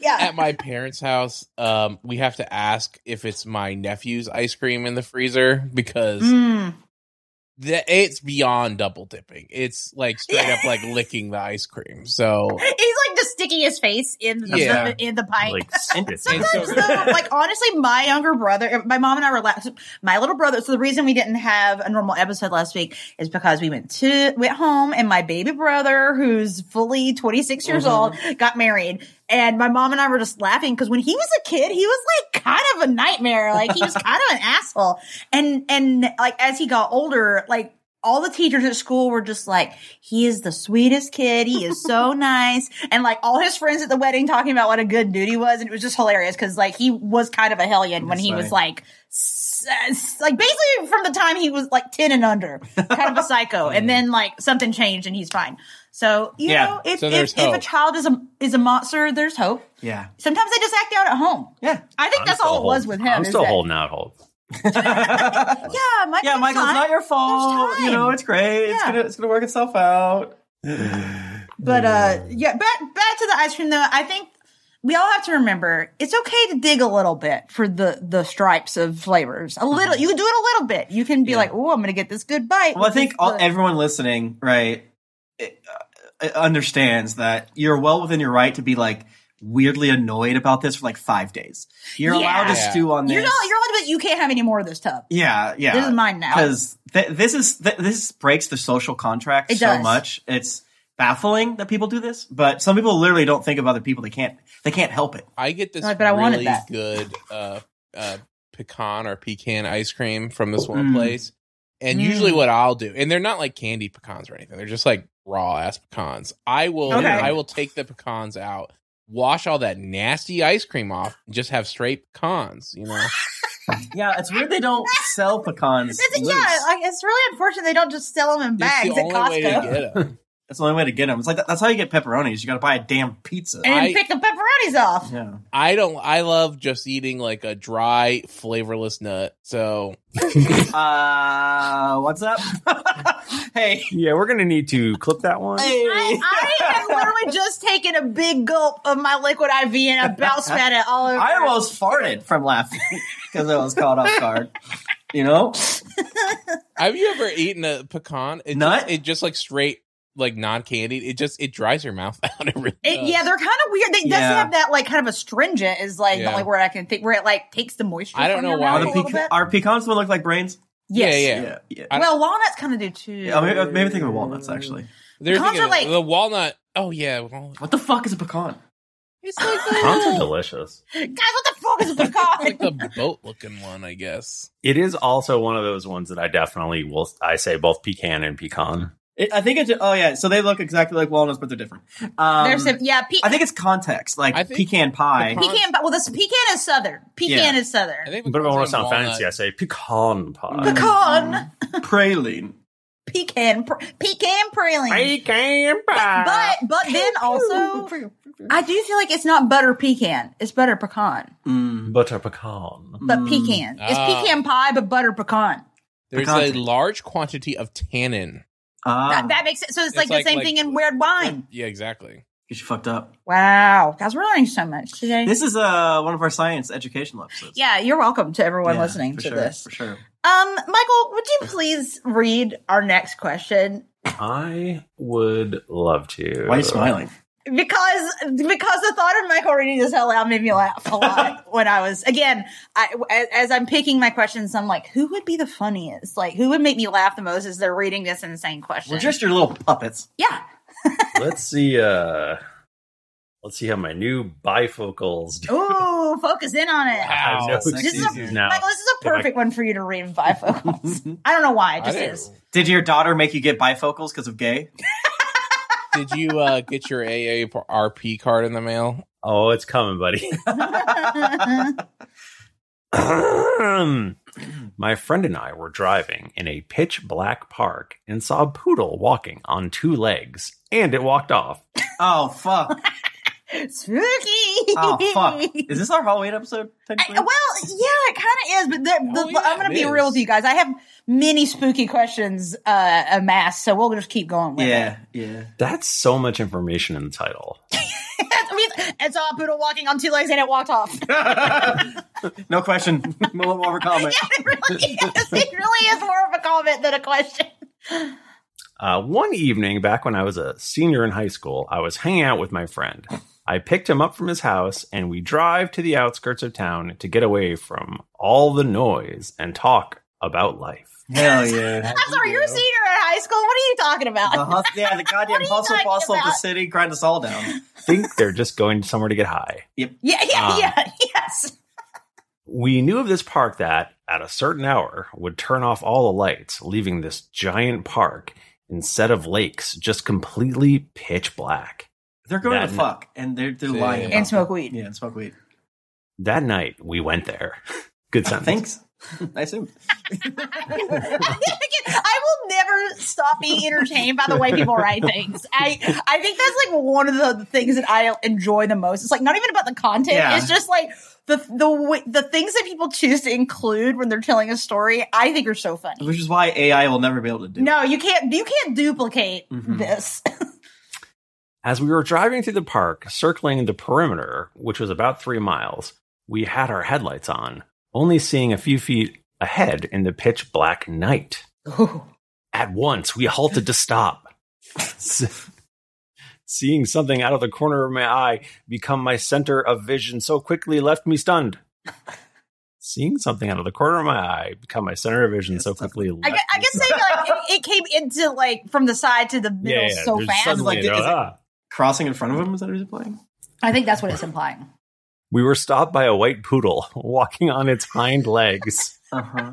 Speaker 3: yeah
Speaker 5: at my parents' house, um, we have to ask if it's my nephew's ice cream in the freezer because
Speaker 3: Mm.
Speaker 5: the, it's beyond double dipping. It's like straight up like licking the ice cream. So
Speaker 3: he's like just sticking his face in the
Speaker 5: Yeah.
Speaker 3: in the pint.
Speaker 6: Like,
Speaker 4: And
Speaker 6: it's-
Speaker 3: Sometimes though, like honestly, my younger brother, my mom and I were last. My little brother. So the reason we didn't have a normal episode last week is because we went to went home, and my baby brother, who's fully twenty six years old, got married. And my mom and I were just laughing because when he was a kid, he was like kind of a nightmare. Like he was kind of an asshole. And and like as he got older, like all the teachers at school were just like, he is the sweetest kid. He is so nice. And like all his friends at the wedding talking about what a good dude he was. And it was just hilarious because like he was kind of a hellion when
Speaker 4: That's
Speaker 3: he was
Speaker 4: funny.
Speaker 3: like, s- s- like basically from the time he was like 10 and under, kind of a psycho. and then like something changed and he's fine. So, you
Speaker 4: Yeah.
Speaker 3: know, if,
Speaker 5: So
Speaker 3: if,
Speaker 5: there's
Speaker 3: if a
Speaker 5: hope.
Speaker 3: child is a, is a monster, there's hope.
Speaker 4: yeah.
Speaker 3: Sometimes they just act out at home.
Speaker 4: Yeah.
Speaker 3: I think
Speaker 6: I'm
Speaker 3: that's
Speaker 6: still
Speaker 3: all it was
Speaker 6: holding-
Speaker 3: with him.
Speaker 6: I'm
Speaker 3: is
Speaker 6: still
Speaker 3: that-
Speaker 6: holding out hope.
Speaker 3: Yeah, Michael.
Speaker 4: Yeah, Michael, it's not your fault.
Speaker 3: time.
Speaker 4: You know, it's great. It's
Speaker 3: Yeah.
Speaker 4: gonna it's gonna work itself out.
Speaker 3: But uh yeah, back back to the ice cream though. I think we all have to remember it's okay to dig a little bit for the the stripes of flavors. A little, you can do it a little bit. You can be like, "Oh, I'm gonna get this good bite."
Speaker 4: Mm-hmm. Well, I
Speaker 3: with
Speaker 4: think
Speaker 3: this
Speaker 4: all,
Speaker 3: good-"
Speaker 4: everyone listening, right, it, uh, understands that you're well within your right to be like weirdly annoyed about this for like five days. You're
Speaker 3: Yeah.
Speaker 4: allowed to
Speaker 5: Yeah.
Speaker 4: stew on this.
Speaker 3: you're not you're allowed to. be- You can't have any more of this tub.
Speaker 4: yeah, yeah.
Speaker 3: This is mine now.
Speaker 4: because th- this is th- this breaks the social contract
Speaker 3: It
Speaker 4: so
Speaker 3: does.
Speaker 4: much. It's baffling that people do this, but some people literally don't think of other people. They can't they can't help it.
Speaker 5: I get this
Speaker 3: Like, but I wanted
Speaker 5: really
Speaker 3: that.
Speaker 5: good uh, uh, pecan or pecan ice cream from this one
Speaker 4: Mm.
Speaker 5: place. And
Speaker 3: Mm.
Speaker 5: usually, what I'll do, and they're not like candy pecans or anything; they're just like raw ass pecans. I will,
Speaker 4: Okay.
Speaker 5: I will take the pecans out, wash all that nasty ice cream off, and just have straight pecans. You know,
Speaker 4: Yeah, it's weird they don't sell pecans.
Speaker 3: It's,
Speaker 4: loose.
Speaker 3: yeah, like, it's really unfortunate they don't just sell them in
Speaker 5: It's
Speaker 3: bags at Costco
Speaker 5: get 'em.
Speaker 4: That's the only way to get them. It's like that, that's how you get pepperonis. You got to buy a damn pizza.
Speaker 3: and
Speaker 5: I-
Speaker 3: pick the pepperonis off.
Speaker 4: yeah.
Speaker 5: I don't. I love just eating like a dry, flavorless nut. So
Speaker 4: Uh, what's up? hey.
Speaker 6: Yeah, we're gonna need to clip that one.
Speaker 4: Hey.
Speaker 3: I, I have literally just taken a big gulp of my liquid IV and I about spat it all over.
Speaker 4: I almost farted from laughing because I was caught off guard. You know?
Speaker 5: Have you ever eaten a pecan? It
Speaker 4: Nut?
Speaker 5: Just, it just like straight, like non candied. It just it dries your mouth out. It really
Speaker 3: It,
Speaker 5: does.
Speaker 3: yeah, they're kind of weird. They does
Speaker 4: Yeah.
Speaker 3: have that like kind of astringent is like the
Speaker 5: Yeah.
Speaker 3: only word I can think where it like takes the moisture.
Speaker 5: I don't
Speaker 3: from
Speaker 5: know
Speaker 3: your
Speaker 5: why
Speaker 3: mouth
Speaker 4: Are,
Speaker 3: a
Speaker 5: they-
Speaker 4: the
Speaker 3: little
Speaker 4: pecan-
Speaker 3: bit.
Speaker 4: are pecans going to look like brains?
Speaker 5: yeah,
Speaker 3: Yes.
Speaker 5: yeah.
Speaker 4: yeah.
Speaker 5: I-
Speaker 3: Well, walnuts kind of do too.
Speaker 4: Yeah, maybe, I was maybe thinking of walnuts, actually.
Speaker 5: They're
Speaker 3: Pecans
Speaker 5: thinking
Speaker 3: are, like-
Speaker 5: the walnut. Oh yeah, walnut.
Speaker 4: What the fuck is a pecan?
Speaker 3: It's like the,
Speaker 6: Pecans are delicious.
Speaker 3: guys, what the fuck is a
Speaker 5: It's like
Speaker 3: pecan?
Speaker 5: the boat looking one, I guess.
Speaker 6: It is also one of those ones that I definitely will. I say both pecan and pecan.
Speaker 4: It, I think it's. Oh, yeah. So they look exactly like walnuts, but they're different. Um,
Speaker 3: There's some yeah, pe-
Speaker 4: I think it's context, like
Speaker 5: I think
Speaker 4: pecan pie.
Speaker 5: pecan-
Speaker 3: pecan. But well, this pecan is southern. Pecan
Speaker 4: Yeah.
Speaker 3: is southern.
Speaker 5: I think.
Speaker 6: But if I
Speaker 5: pecans
Speaker 6: want
Speaker 5: are
Speaker 6: to sound
Speaker 5: walnut.
Speaker 6: fancy, I say pecan pie.
Speaker 3: Pecan,
Speaker 4: Um, Praline.
Speaker 3: pecan, pr- pecan praline.
Speaker 6: Pecan
Speaker 3: But but then also, I do feel like it's not butter pecan. It's butter pecan,
Speaker 4: Mm.
Speaker 6: butter pecan.
Speaker 3: but pecan. It's
Speaker 5: Ah.
Speaker 3: pecan pie, but butter pecan.
Speaker 5: There's
Speaker 4: Pecan.
Speaker 5: a large quantity of tannin.
Speaker 4: Ah,
Speaker 3: That, that makes sense. So it's,
Speaker 5: It's
Speaker 3: like,
Speaker 5: like-
Speaker 3: the same
Speaker 5: like-
Speaker 3: thing in weird wine.
Speaker 5: Yeah, exactly.
Speaker 4: get you fucked up.
Speaker 3: Wow, guys, we're learning so much today.
Speaker 4: This is uh one of our science educational episodes.
Speaker 3: yeah, you're welcome to everyone
Speaker 4: Yeah,
Speaker 3: listening
Speaker 4: for
Speaker 3: to
Speaker 4: sure,
Speaker 3: this.
Speaker 4: for sure.
Speaker 3: Um, Michael, would you please read our next question?
Speaker 6: I would love to.
Speaker 4: Why are you smiling?
Speaker 3: Because because the thought of Michael reading this out loud made me laugh a lot when I was again I as, as I'm picking my questions I'm like who would be the funniest like who would make me laugh the most as they're reading this insane question
Speaker 4: We're just your little puppets.
Speaker 3: yeah
Speaker 6: Let's see. Uh, let's see how my new bifocals do.
Speaker 3: ooh focus in on it
Speaker 6: I have no
Speaker 5: Wow.
Speaker 3: This is a-
Speaker 6: excuses now.
Speaker 3: Michael this is a
Speaker 6: If I-
Speaker 3: perfect one for you to read in bifocals I don't know why it
Speaker 5: I
Speaker 3: just
Speaker 5: didn't-
Speaker 3: is
Speaker 4: Did your daughter make you get bifocals because of gay?
Speaker 5: Did you uh, get your AARP card in the mail?
Speaker 6: Oh, it's coming, buddy. My friend and I were driving in a pitch black park and saw a poodle walking on two legs, and it walked off.
Speaker 4: Oh fuck!
Speaker 3: Spooky.
Speaker 4: Oh fuck! Is this our Halloween episode?
Speaker 3: I,
Speaker 4: Technically,
Speaker 3: well, yeah, it kind of is, but the, the,
Speaker 5: Oh, yeah,
Speaker 3: I'm going to
Speaker 5: it
Speaker 3: be real with
Speaker 5: is.
Speaker 3: you guys. I have many spooky questions uh, amassed, so we'll just keep going with it.
Speaker 4: yeah, yeah.
Speaker 6: That's so much information in the title.
Speaker 3: I mean, it's all poodle walking on two legs and it walked off.
Speaker 4: no question. We'll over comment.
Speaker 3: yeah, it really is. It really is more of a comment than a question.
Speaker 6: Uh, one evening back when I was a senior in high school, I was hanging out with my friend. I picked him up from his house and we drive to the outskirts of town to get away from all the noise and talk about life.
Speaker 4: Hell yeah.
Speaker 3: I'm sorry, you're a senior in high school. What are you talking about?
Speaker 4: The
Speaker 5: Uh-huh.
Speaker 4: hus- yeah, the goddamn
Speaker 3: What are you
Speaker 4: hustle
Speaker 3: talking
Speaker 4: bustle of the
Speaker 3: about?
Speaker 4: city grind us all down.
Speaker 6: Think they're just going somewhere to get high.
Speaker 3: yeah, yeah,
Speaker 5: Ah.
Speaker 6: Um,
Speaker 3: yeah, yes.
Speaker 6: We knew of this park that, at a certain hour, would turn off all the lights, leaving this giant park instead of lakes just completely pitch black.
Speaker 4: They're going
Speaker 6: That-
Speaker 4: to fuck, and they're they're lying.
Speaker 5: Yeah.
Speaker 4: about
Speaker 3: And smoke
Speaker 4: it.
Speaker 3: weed.
Speaker 4: Yeah, and smoke weed.
Speaker 6: That night, we went there. Good sentence.
Speaker 4: Thanks. I assume.
Speaker 3: I will never stop being entertained by the way people write things. I I think that's like one of the things that I enjoy the most. It's like not even about the content.
Speaker 4: Yeah.
Speaker 3: It's just like the the w- the things that people choose to include when they're telling a story. I think are so funny.
Speaker 4: Which is why AI will never be able to do.
Speaker 3: No, you can't you can't duplicate
Speaker 6: Mm-hmm.
Speaker 4: Mhm.
Speaker 3: this.
Speaker 6: As we were driving through the park, circling the perimeter, which was about three miles, we had our headlights on, only seeing a few feet ahead in the pitch black night. At once, we halted to stop. S- Seeing something out of the corner of my eye become my center of vision so quickly left me stunned. Seeing something out of the corner of my eye become my center of vision so quickly left
Speaker 3: I, gu- I
Speaker 6: me
Speaker 3: guess maybe like it, it came into like from the side to the
Speaker 6: Yeah,
Speaker 3: middle
Speaker 6: yeah,
Speaker 3: so
Speaker 6: there's
Speaker 3: fast.
Speaker 6: suddenly,
Speaker 4: Like, is it-
Speaker 6: ah.
Speaker 4: Crossing in front of him is that what he's playing?
Speaker 3: I think that's what it's implying.
Speaker 6: We were stopped by a white poodle walking on its hind legs.
Speaker 4: Uh huh.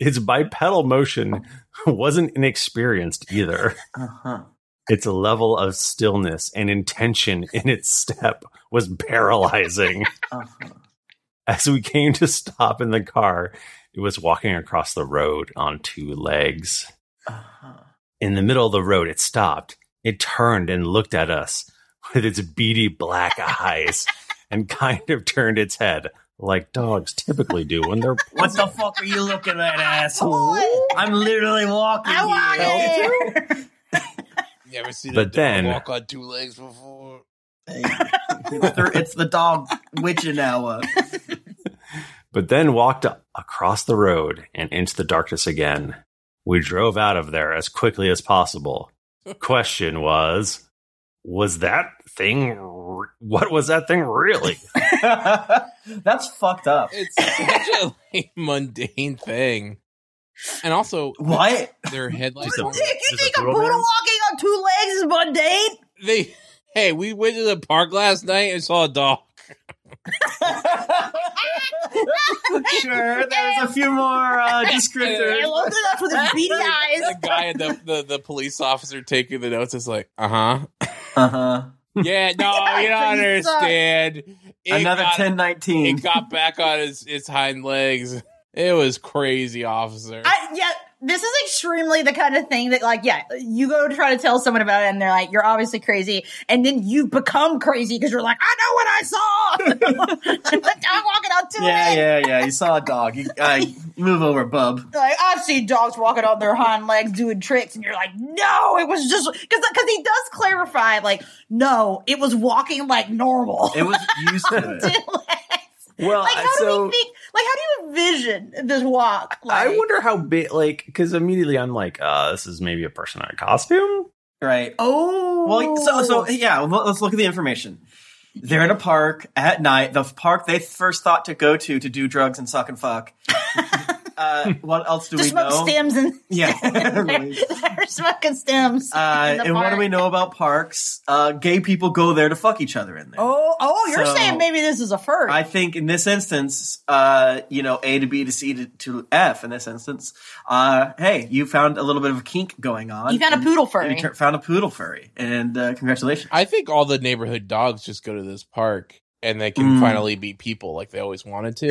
Speaker 6: Its bipedal motion wasn't inexperienced either.
Speaker 4: Uh huh.
Speaker 6: Its level of stillness and intention in its step was paralyzing.
Speaker 4: Uh huh.
Speaker 6: As we came to stop in the car, it was walking across the road on two legs.
Speaker 4: Uh-huh.
Speaker 6: In the middle of the road, it stopped. It turned and looked at us with its beady black eyes and kind of turned its head like dogs typically do when they're
Speaker 4: What the fuck are you looking at, asshole?
Speaker 3: What?
Speaker 4: I'm literally walking.
Speaker 3: I want
Speaker 4: you.
Speaker 3: it.
Speaker 5: You ever seen
Speaker 6: But
Speaker 5: a dog
Speaker 6: then-
Speaker 5: walk on two legs before?
Speaker 4: it's, the, it's the dog witching hour.
Speaker 6: but then walked a- across the road and into the darkness again. We drove out of there as quickly as possible. Question was, was that thing, r- what was that thing really?
Speaker 4: That's fucked up.
Speaker 5: It's such a like, mundane thing. And also,
Speaker 4: What?
Speaker 5: their headlights.
Speaker 6: Just a-
Speaker 3: You think a
Speaker 6: poodle
Speaker 3: poodle walking
Speaker 6: man?
Speaker 3: on two legs is mundane?
Speaker 5: they hey, we went to the park last night and saw a dog.
Speaker 4: sure, there's a few more uh,
Speaker 3: I
Speaker 4: descriptors.
Speaker 3: looked it up with his beady eyes.
Speaker 5: The guy at the, the, the police officer taking the notes is like, uh huh.
Speaker 4: Uh huh.
Speaker 5: Yeah, no, you don't
Speaker 3: Please stop.
Speaker 5: understand. It
Speaker 4: Another
Speaker 5: got,
Speaker 4: ten
Speaker 5: It
Speaker 4: nineteen.
Speaker 5: got back on its its hind legs. It was crazy, officer.
Speaker 3: I, yeah, this is extremely the kind of thing that, like, yeah, you go to try to tell someone about it, and they're like, "You're obviously crazy," and then you become crazy because you're like, "I know what I saw." the dog walking on two
Speaker 4: Yeah,
Speaker 3: legs.
Speaker 4: yeah, yeah. You saw a dog. You, I move over, bub.
Speaker 3: Like, I've seen dogs walking on their hind legs doing tricks, and you're like, "No, it was just because because he does clarify, like, no, it was walking like normal."
Speaker 4: It was used to
Speaker 3: Two
Speaker 4: it.
Speaker 3: legs.
Speaker 6: Well,
Speaker 3: like how do
Speaker 6: so
Speaker 3: we think like how do you envision this walk like
Speaker 6: I wonder how big, like, because immediately I'm like, uh, this is maybe a person in a costume.
Speaker 4: Right.
Speaker 3: oh
Speaker 4: Well, so so yeah. Well, let's look at the information. They're in a park at night. The park they first thought to go to to do drugs and suck and fuck. uh, what else do
Speaker 3: to
Speaker 4: we
Speaker 3: smoke
Speaker 4: know?
Speaker 3: stems and
Speaker 4: Yeah.
Speaker 3: they're,
Speaker 4: Really.
Speaker 3: they're smoking stems in
Speaker 4: Uh,
Speaker 3: the
Speaker 4: and what do
Speaker 3: park.
Speaker 4: we know about parks? Uh, gay people go there to fuck each other in there.
Speaker 3: oh oh you're
Speaker 4: So-
Speaker 3: saying maybe this is a fur
Speaker 4: I think in this instance, uh, you know, A to B to C to, to F. In this instance, uh, hey, you found a little bit of a kink going on.
Speaker 3: you found a
Speaker 4: And-
Speaker 3: poodle furry
Speaker 4: You tur- found a poodle furry, and uh, congratulations.
Speaker 5: I think all the neighborhood dogs just go to this park and they can
Speaker 4: Mm.
Speaker 5: finally beat people like they always wanted to.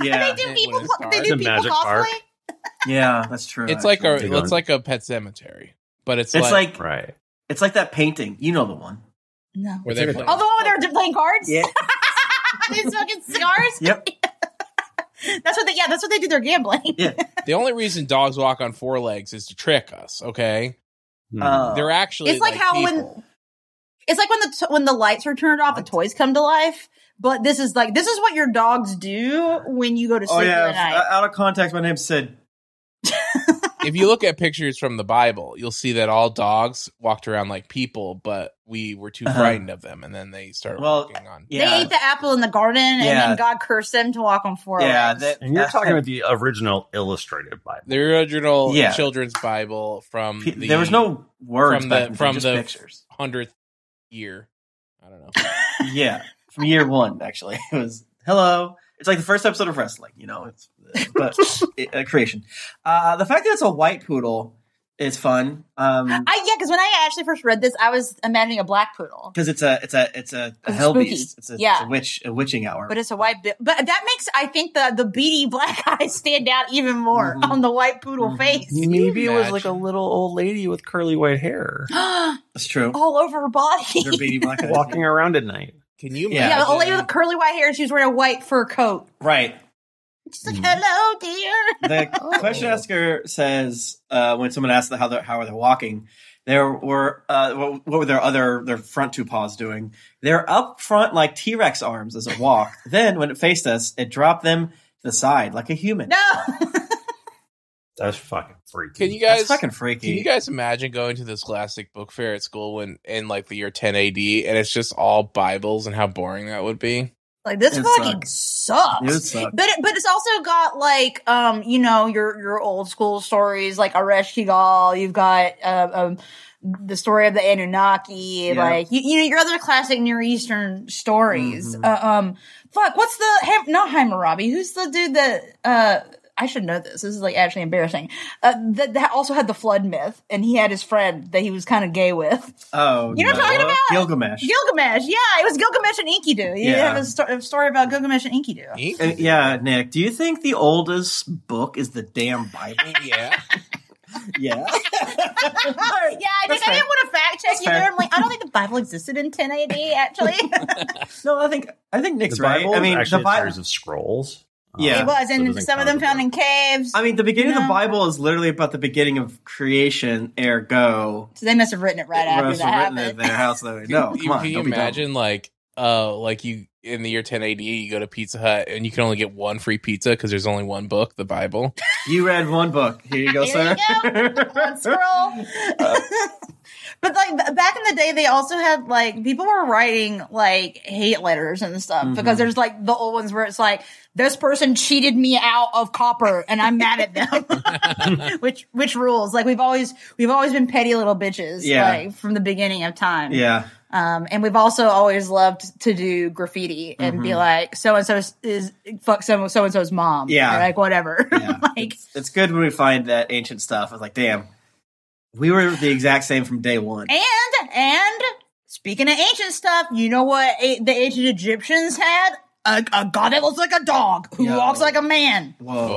Speaker 4: Yeah,
Speaker 3: they do
Speaker 5: when
Speaker 3: people.
Speaker 5: it's dark.
Speaker 3: They
Speaker 5: It's
Speaker 3: do
Speaker 6: a
Speaker 3: people
Speaker 6: magic
Speaker 3: cosplay.
Speaker 6: park.
Speaker 4: yeah, that's true.
Speaker 5: it's like a
Speaker 4: actually.
Speaker 6: They
Speaker 5: it's
Speaker 6: don't-
Speaker 5: like a pet cemetery, but it's,
Speaker 4: it's
Speaker 5: like,
Speaker 4: like
Speaker 6: Right.
Speaker 4: it's like that painting. You know the one.
Speaker 3: No.
Speaker 5: where
Speaker 6: it's
Speaker 5: they
Speaker 6: like a
Speaker 5: play.
Speaker 3: Oh, the one where they're playing cards.
Speaker 4: Yeah.
Speaker 3: These fucking cigars.
Speaker 4: Yep.
Speaker 3: That's what they. Yeah, that's what they do. Their gambling.
Speaker 5: the only reason dogs walk on four legs is to trick us. Okay,
Speaker 6: Hmm. Um,
Speaker 4: Uh,
Speaker 5: they're actually
Speaker 3: Oh. it's like, how
Speaker 5: people.
Speaker 3: when it's like when the t- when the lights are turned off, the toys come to life. But this is like this is what your dogs do when you go to sleep
Speaker 4: oh yeah,
Speaker 3: at night.
Speaker 4: uh, out of context. My name said
Speaker 5: if you look at pictures from the Bible, you'll see that all dogs walked around like people, but we were too
Speaker 4: Uh-huh.
Speaker 5: frightened of them, and then they started
Speaker 4: Well,
Speaker 5: walking on.
Speaker 4: yeah,
Speaker 3: They ate the apple in the garden, and
Speaker 4: Yeah.
Speaker 3: then God cursed them to walk on four
Speaker 4: yeah.
Speaker 3: legs.
Speaker 4: that-
Speaker 6: and you're talking
Speaker 4: uh,
Speaker 6: about the original illustrated Bible.
Speaker 5: The original
Speaker 4: Yeah.
Speaker 5: children's Bible from
Speaker 4: pe-
Speaker 5: the
Speaker 4: there was no words
Speaker 5: from
Speaker 4: back
Speaker 5: the-
Speaker 4: then,
Speaker 5: from
Speaker 4: just
Speaker 5: the-
Speaker 4: pictures.
Speaker 5: hundredth year. I don't know.
Speaker 4: yeah, from year one actually. It was hello. It's like the first episode of wrestling, you know. It's but it, uh, creation. Uh, the fact that it's a white poodle is fun. Um,
Speaker 3: I yeah, because when I actually first read this, I was imagining a black poodle,
Speaker 4: because it's a it's a it's a, a
Speaker 3: It's
Speaker 4: hell
Speaker 3: spooky.
Speaker 4: beast. It's a,
Speaker 3: Yeah.
Speaker 4: it's a witch a witching hour.
Speaker 3: but it's a white. Bi- but that makes I think the the beady black eyes stand out even more
Speaker 4: Mhm.
Speaker 3: on the white poodle
Speaker 4: Mhm.
Speaker 3: face,
Speaker 6: Maybe it was like a
Speaker 5: Imagine.
Speaker 6: little old lady with curly white hair
Speaker 3: all
Speaker 4: it's true.
Speaker 3: over her body.
Speaker 4: They're beady black eyes.
Speaker 6: walking around at night.
Speaker 5: Can you
Speaker 4: Yeah.
Speaker 5: imagine?
Speaker 3: Yeah, the old lady with curly white hair. and She was wearing a white fur coat.
Speaker 4: Right.
Speaker 3: She's
Speaker 4: Mm-hmm.
Speaker 3: like, "Hello, dear."
Speaker 4: The
Speaker 3: Oh.
Speaker 4: question asker says uh, when someone asks how they're, how are they walking, there were uh, what, what were their other their front two paws doing? They're up front like T Rex arms as it walked. then when it faced us, it dropped them to the side like a human.
Speaker 3: No,
Speaker 6: That's fucking freaky.
Speaker 5: Can you
Speaker 4: That's
Speaker 5: guys
Speaker 4: fucking
Speaker 5: Can you
Speaker 4: freaky.
Speaker 5: guys imagine going to this classic book fair at school when in like the year 10 AD and it's just all Bibles and how boring that would be?
Speaker 3: like this
Speaker 4: It
Speaker 3: fucking
Speaker 4: It would
Speaker 3: sucks.
Speaker 4: suck.
Speaker 3: But it, but it's also got like um you know your your old school stories like Aresh Kigal. You've got uh, um the story of the Anunnaki.
Speaker 4: Yeah.
Speaker 3: Like you, you know your other classic Near Eastern stories.
Speaker 4: Mhm.
Speaker 3: Uh, um, fuck, what's the Ham- not Hammurabi? Who's the dude that uh? I should know this. This is like actually embarrassing. Uh, that, that also had the flood myth, and he had his friend that he was kind of gay with.
Speaker 4: Oh,
Speaker 3: You know what I'm talking
Speaker 4: no.
Speaker 3: about?
Speaker 4: Gilgamesh.
Speaker 3: Gilgamesh, yeah, it was Gilgamesh and Enkidu. You
Speaker 4: Yeah.
Speaker 3: have a, sto- a story about Gilgamesh and Enkidu.
Speaker 4: And, Uh, yeah, Nick. Do you think the oldest book is the damn Bible?
Speaker 5: Yeah.
Speaker 4: yeah.
Speaker 3: yeah, I,
Speaker 4: That's
Speaker 3: think, I
Speaker 4: fair.
Speaker 3: didn't want to fact check you
Speaker 4: fair.
Speaker 3: there. I'm like, I don't think the Bible existed in 10 AD, actually.
Speaker 4: No, I think I think Nick's
Speaker 6: The
Speaker 4: right.
Speaker 6: Bible
Speaker 4: I
Speaker 6: is
Speaker 4: mean,
Speaker 6: actually
Speaker 4: the Bi-
Speaker 6: a series of scrolls. Um,
Speaker 4: Yeah.
Speaker 3: it was,
Speaker 6: So it
Speaker 3: and
Speaker 6: doesn't
Speaker 3: some of them
Speaker 6: count as
Speaker 3: found in caves.
Speaker 4: I mean, the beginning of
Speaker 3: No.
Speaker 4: the Bible is literally about the beginning of creation, ergo.
Speaker 3: so they must have written it right after
Speaker 4: Rose
Speaker 3: that
Speaker 4: written at
Speaker 3: happened.
Speaker 4: their house, though. No,
Speaker 5: Can you-
Speaker 4: come on.
Speaker 5: Can you
Speaker 4: don't be dumb.
Speaker 5: imagine like uh like you in the year 10 AD you go to Pizza Hut and you can only get one free pizza because there's only one book, the Bible.
Speaker 4: You read one book. Here you go,
Speaker 3: Here
Speaker 4: sir.
Speaker 3: you One scroll.
Speaker 4: Uh.
Speaker 3: but like b- back in the day, they also had like people were writing like hate letters and stuff because
Speaker 4: Mhm.
Speaker 3: there's like the old ones where it's like this person cheated me out of copper and I'm mad at them, which which rules. Like we've always we've always been petty little bitches,
Speaker 4: Yeah.
Speaker 3: like from the beginning of time.
Speaker 4: yeah.
Speaker 3: Um, and we've also always loved to do graffiti and be
Speaker 4: Mhm.
Speaker 3: like so and so is fuck so so and so's mom,
Speaker 4: Yeah.
Speaker 3: or, like whatever,
Speaker 4: yeah.
Speaker 3: like.
Speaker 4: it's, it's good when we find that ancient stuff. I was like, damn, we were the exact same from day one.
Speaker 3: And and speaking of ancient stuff, you know what a- the ancient Egyptians had? A, a god that looks like a dog who
Speaker 4: Yo.
Speaker 3: walks like a man.
Speaker 4: Oh, Whoa.
Speaker 5: Whoa,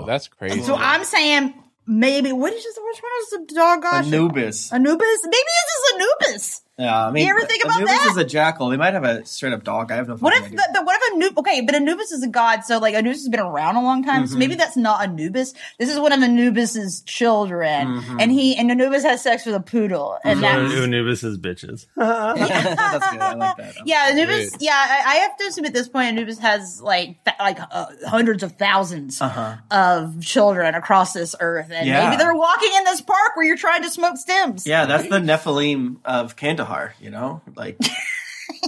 Speaker 6: Whoa.
Speaker 5: that's crazy.
Speaker 3: So I'm saying maybe what is this, which one is the dog god?
Speaker 4: Anubis.
Speaker 3: Anubis? Maybe it's just Anubis.
Speaker 4: Yeah, I mean,
Speaker 3: You ever think about
Speaker 4: Anubis
Speaker 3: that?
Speaker 4: is a jackal. They might have a straight up dog. I have no
Speaker 3: What
Speaker 4: fucking
Speaker 3: if
Speaker 4: idea.
Speaker 3: the, the, what if Anubis? Okay, but Anubis is a god, so like Anubis has been around a long time. So
Speaker 4: Mhm.
Speaker 3: maybe that's not Anubis. This is one of Anubis's children,
Speaker 4: Mhm.
Speaker 3: and he and Anubis has sex with a poodle,
Speaker 4: Mm-hmm.
Speaker 3: and that's
Speaker 6: So Anubis's bitches.
Speaker 4: That's good. I like that.
Speaker 3: Yeah, Anubis.
Speaker 5: Great.
Speaker 3: Yeah, I, I have to assume at this point Anubis has like th- like uh, hundreds of thousands
Speaker 4: Uh huh.
Speaker 3: of children across this earth, and
Speaker 4: Yeah.
Speaker 3: maybe they're walking in this park where you're trying to smoke stems.
Speaker 4: Yeah, that's the Nephilim of Kandahar, you know? Like,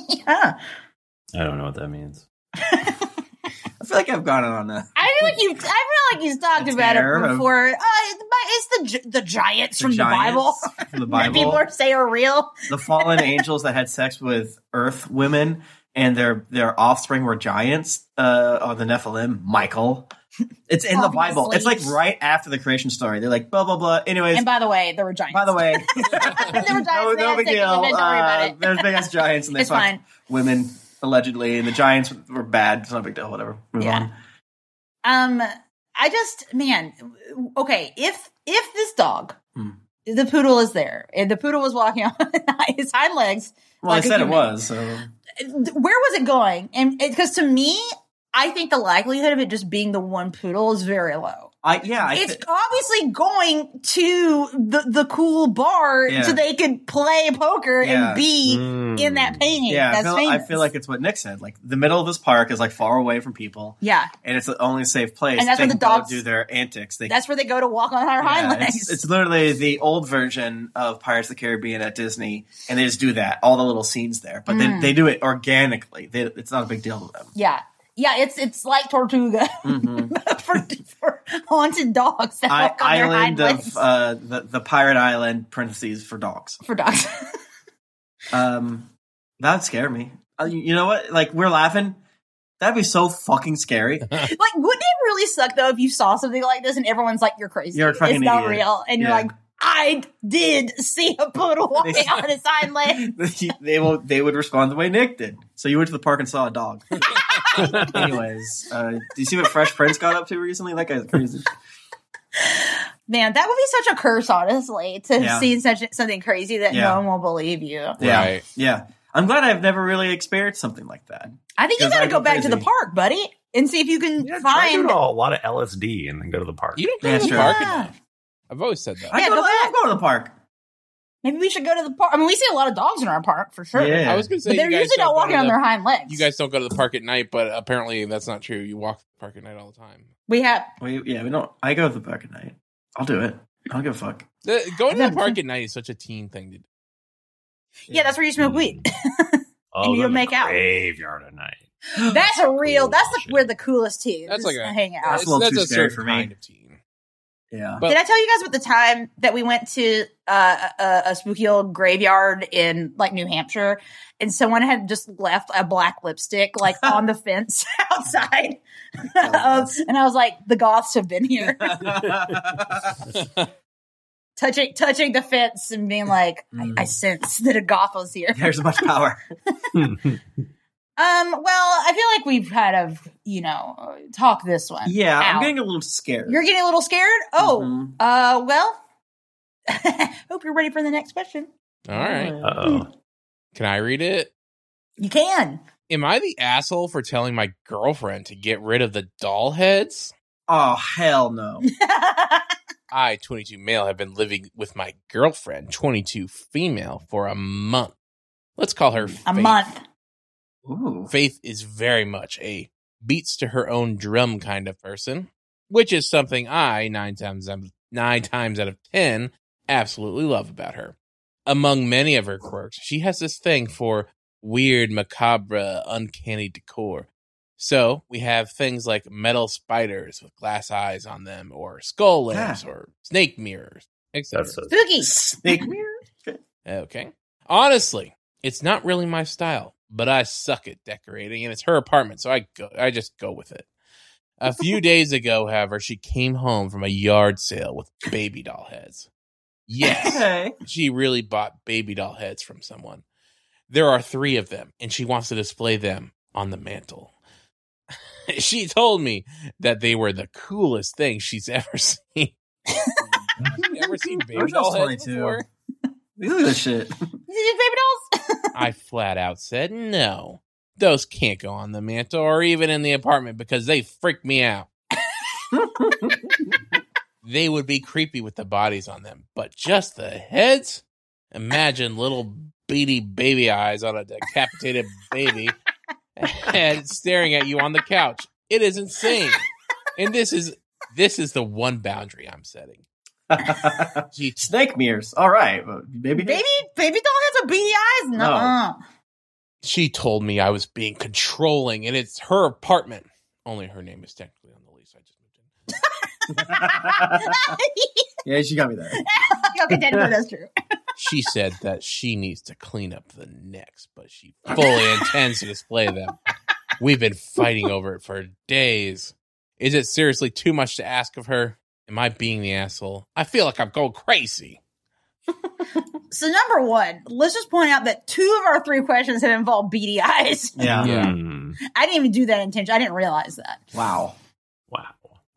Speaker 3: Yeah.
Speaker 6: I don't know what that means.
Speaker 4: I feel like I've gone on a.
Speaker 3: I feel like you. I feel like you've talked
Speaker 4: It's
Speaker 3: about
Speaker 4: there,
Speaker 3: it
Speaker 4: but-
Speaker 3: before. Uh, it's the gi- the giants from the Bible.
Speaker 4: giants From the
Speaker 3: That people
Speaker 4: Bible.
Speaker 3: are say are real.
Speaker 4: the fallen angels that had sex with earth women and their their offspring were giants uh, on the Nephilim. Michael. It's in the Bible. It's
Speaker 3: Obviously.
Speaker 4: like right after the creation story. They're like, blah, blah, blah. Anyways,
Speaker 3: And by the way, there were giants.
Speaker 4: by the way,
Speaker 3: there were giants.
Speaker 4: no,
Speaker 3: they had
Speaker 4: no big
Speaker 3: sex with
Speaker 4: deal.
Speaker 3: them, Don't worry about
Speaker 4: Uh,
Speaker 3: it.
Speaker 4: there's big ass giants and they
Speaker 3: It's
Speaker 4: fuck
Speaker 3: fine.
Speaker 4: women. allegedly, and the Giants were bad. It's not a big deal. Whatever. Move
Speaker 3: Yeah.
Speaker 4: on.
Speaker 3: Um, I just, man, okay. If if this dog,
Speaker 4: Hmm.
Speaker 3: the poodle is there, and the poodle was walking on his hind legs,
Speaker 4: Well,
Speaker 3: Like
Speaker 4: I
Speaker 3: a
Speaker 4: said it
Speaker 3: human.
Speaker 4: was. So
Speaker 3: where was it going? And because to me, I think the likelihood of it just being the one poodle is very low.
Speaker 4: I yeah. I
Speaker 3: it's
Speaker 4: thi-
Speaker 3: obviously going to the the cool bar
Speaker 4: Yeah.
Speaker 3: so they could play poker
Speaker 4: Yeah. Hmm.
Speaker 3: and be in that painting.
Speaker 4: yeah. I
Speaker 3: that's
Speaker 4: feel, I
Speaker 3: famous.
Speaker 4: feel like it's what Nick said. Like the middle of this park is like far away from people,
Speaker 3: yeah,
Speaker 4: and it's the only safe place.
Speaker 3: And that's
Speaker 4: they
Speaker 3: where
Speaker 4: can
Speaker 3: the
Speaker 4: go
Speaker 3: dogs-
Speaker 4: do their antics. They
Speaker 3: that's where they go to walk on our
Speaker 4: Yeah,
Speaker 3: hind legs.
Speaker 4: It's, it's literally the old version of Pirates of the Caribbean at Disney, and they just do that, all the little scenes there. But
Speaker 3: Mm.
Speaker 4: they, they do it organically. They, it's not a big deal to them. Mm-hmm.
Speaker 3: yeah, yeah, it's it's like Tortuga for, for haunted dogs that
Speaker 4: Mm. I,
Speaker 3: walk on their hind
Speaker 4: island
Speaker 3: legs
Speaker 4: of uh, the, the Pirate Island, parentheses, for dogs.
Speaker 3: for dogs.
Speaker 4: Um, that would scare me. Uh, you- you know what? Like, we're laughing. That'd be so fucking scary.
Speaker 3: like, wouldn't it really suck though if you saw something like this and everyone's like, "You're crazy.
Speaker 4: You're a
Speaker 3: it's
Speaker 4: fucking
Speaker 3: not
Speaker 4: idiot."
Speaker 3: real," and
Speaker 4: Yeah.
Speaker 3: you're like, "I did see a poodle walking on his hind legs."
Speaker 4: they will. They would respond the way Nick did. So you went to the park and saw a dog. Anyways, uh, do you see what Fresh Prince got up to recently? That guy's crazy.
Speaker 3: Man, that would be such a curse, honestly, to
Speaker 4: Yeah.
Speaker 3: have seen such something crazy that
Speaker 4: Yeah.
Speaker 3: no one will believe you.
Speaker 4: Yeah.
Speaker 5: Right.
Speaker 4: Yeah. I'm glad I've never really experienced something like that.
Speaker 3: I think you
Speaker 4: Because
Speaker 3: got to
Speaker 4: I'd
Speaker 3: go
Speaker 4: be
Speaker 3: back to
Speaker 4: crazy.
Speaker 3: the park, buddy, and see if you can
Speaker 6: Yeah, try
Speaker 3: find.
Speaker 6: doing a lot of LSD and then go to the park.
Speaker 5: You don't go
Speaker 4: Yeah,
Speaker 5: to the
Speaker 4: sure.
Speaker 5: park
Speaker 3: Yeah.
Speaker 5: enough. I've always said that.
Speaker 4: I,
Speaker 3: Yeah,
Speaker 4: go,
Speaker 3: go
Speaker 4: I
Speaker 3: back.
Speaker 4: love going to the park.
Speaker 3: Maybe we should go to the park. I mean, we see a lot of dogs in our park for sure,
Speaker 4: Yeah.
Speaker 5: I was gonna say
Speaker 3: but they're
Speaker 5: you guys
Speaker 3: usually
Speaker 5: don't
Speaker 3: not
Speaker 5: go to
Speaker 3: walking on
Speaker 5: the-
Speaker 3: their hind legs.
Speaker 5: You guys don't go to the park at night, but apparently that's not true. You walk the park at night all the time.
Speaker 3: we have
Speaker 4: We, yeah, we don't. I go to the park at night. I'll do it. I don't give a fuck.
Speaker 5: The- going to
Speaker 3: Yeah,
Speaker 5: the park at night is such a teen thing to do.
Speaker 3: yeah, that's where you smoke weed.
Speaker 6: Hmm. Oh,
Speaker 3: and
Speaker 6: go
Speaker 3: you
Speaker 6: to the
Speaker 3: make out.
Speaker 6: graveyard at night.
Speaker 3: that's a real. That's the,
Speaker 6: Shit.
Speaker 3: where the coolest teens
Speaker 5: Mm. That's like a-
Speaker 3: hang out.
Speaker 4: That's a little too scary
Speaker 5: certain
Speaker 4: for me.
Speaker 5: Kind of teen.
Speaker 4: Yeah.
Speaker 5: But-
Speaker 3: Did I tell you guys about the time that we went to uh, a, a spooky old graveyard in like New Hampshire, and someone had just left a black lipstick like on the fence outside,
Speaker 5: Oh,
Speaker 3: of, and I was like, "The goths have been here, touching touching the fence and
Speaker 5: Mm.
Speaker 3: being like, I, I sense that a goth was here."
Speaker 4: There's much power.
Speaker 3: Um, well, I feel like we've kind of you know talk this one.
Speaker 4: Yeah, I'm
Speaker 3: out.
Speaker 4: getting a little scared.
Speaker 3: You're getting a little scared. Oh,
Speaker 4: Mhm.
Speaker 3: uh, well. Hope you're ready for the next question.
Speaker 5: All right.
Speaker 6: Uh oh.
Speaker 5: Can I read it?
Speaker 3: You can.
Speaker 5: Am I the asshole for telling my girlfriend to get rid of the doll heads?
Speaker 4: Oh hell no.
Speaker 5: I, 22 male, have been living with my girlfriend, 22 female, for a month. Let's call her
Speaker 3: a
Speaker 5: Faith.
Speaker 3: month.
Speaker 4: Ooh.
Speaker 5: Faith is very much a beats to her own drum kind of person, which is something I nine times out of- nine times out of ten absolutely love about her. Among many of her quirks, she has this thing for weird, macabre, uncanny decor. So we have things like metal spiders with glass eyes on them, or skull lamps, or snake mirrors, etc.
Speaker 6: That's so
Speaker 3: Spooky.
Speaker 4: Snake mirror.
Speaker 5: Okay. Honestly, it's not really my style, but I suck at decorating, and it's her apartment, so I go, I just go with it. A few days ago, however, she came home from a yard sale with baby doll heads. Yes,
Speaker 4: Okay.
Speaker 5: she really bought baby doll heads from someone. There are three of them, and she wants to display them on the mantle. she told me that they were the coolest thing she's ever seen. you ever seen baby
Speaker 4: Those
Speaker 5: doll
Speaker 4: are
Speaker 5: heads
Speaker 4: 22.
Speaker 5: before?
Speaker 4: These are the shit.
Speaker 3: These are baby dolls.
Speaker 5: I flat out said no. Those can't go on the mantle or even in the apartment because they freak me out. they would be creepy with the bodies on them, but just the heads? Imagine little beady baby eyes on a decapitated baby and staring at you on the couch. It is insane. And this is this is the one boundary I'm setting. She
Speaker 4: Snake mirrors. All right, but baby.
Speaker 3: Baby, baby doll has a beady eyes. No.
Speaker 5: she told me I was being controlling and it's her apartment. Only her name is technically on the lease. I just moved in.
Speaker 4: yeah, she got me there.
Speaker 3: okay, Daddy, but that's true.
Speaker 5: She said that she needs to clean up the necks, but she fully intends to display them. We've been fighting over it for days. Is it seriously too much to ask of her? Am I being the asshole? I feel like I'm going crazy.
Speaker 3: So number one, let's just point out that two of our three questions have involved beady eyes.
Speaker 4: Yeah.
Speaker 5: Yeah.
Speaker 6: Hmm.
Speaker 3: I didn't even do that intentionally. I didn't realize that.
Speaker 4: Wow.
Speaker 6: Wow.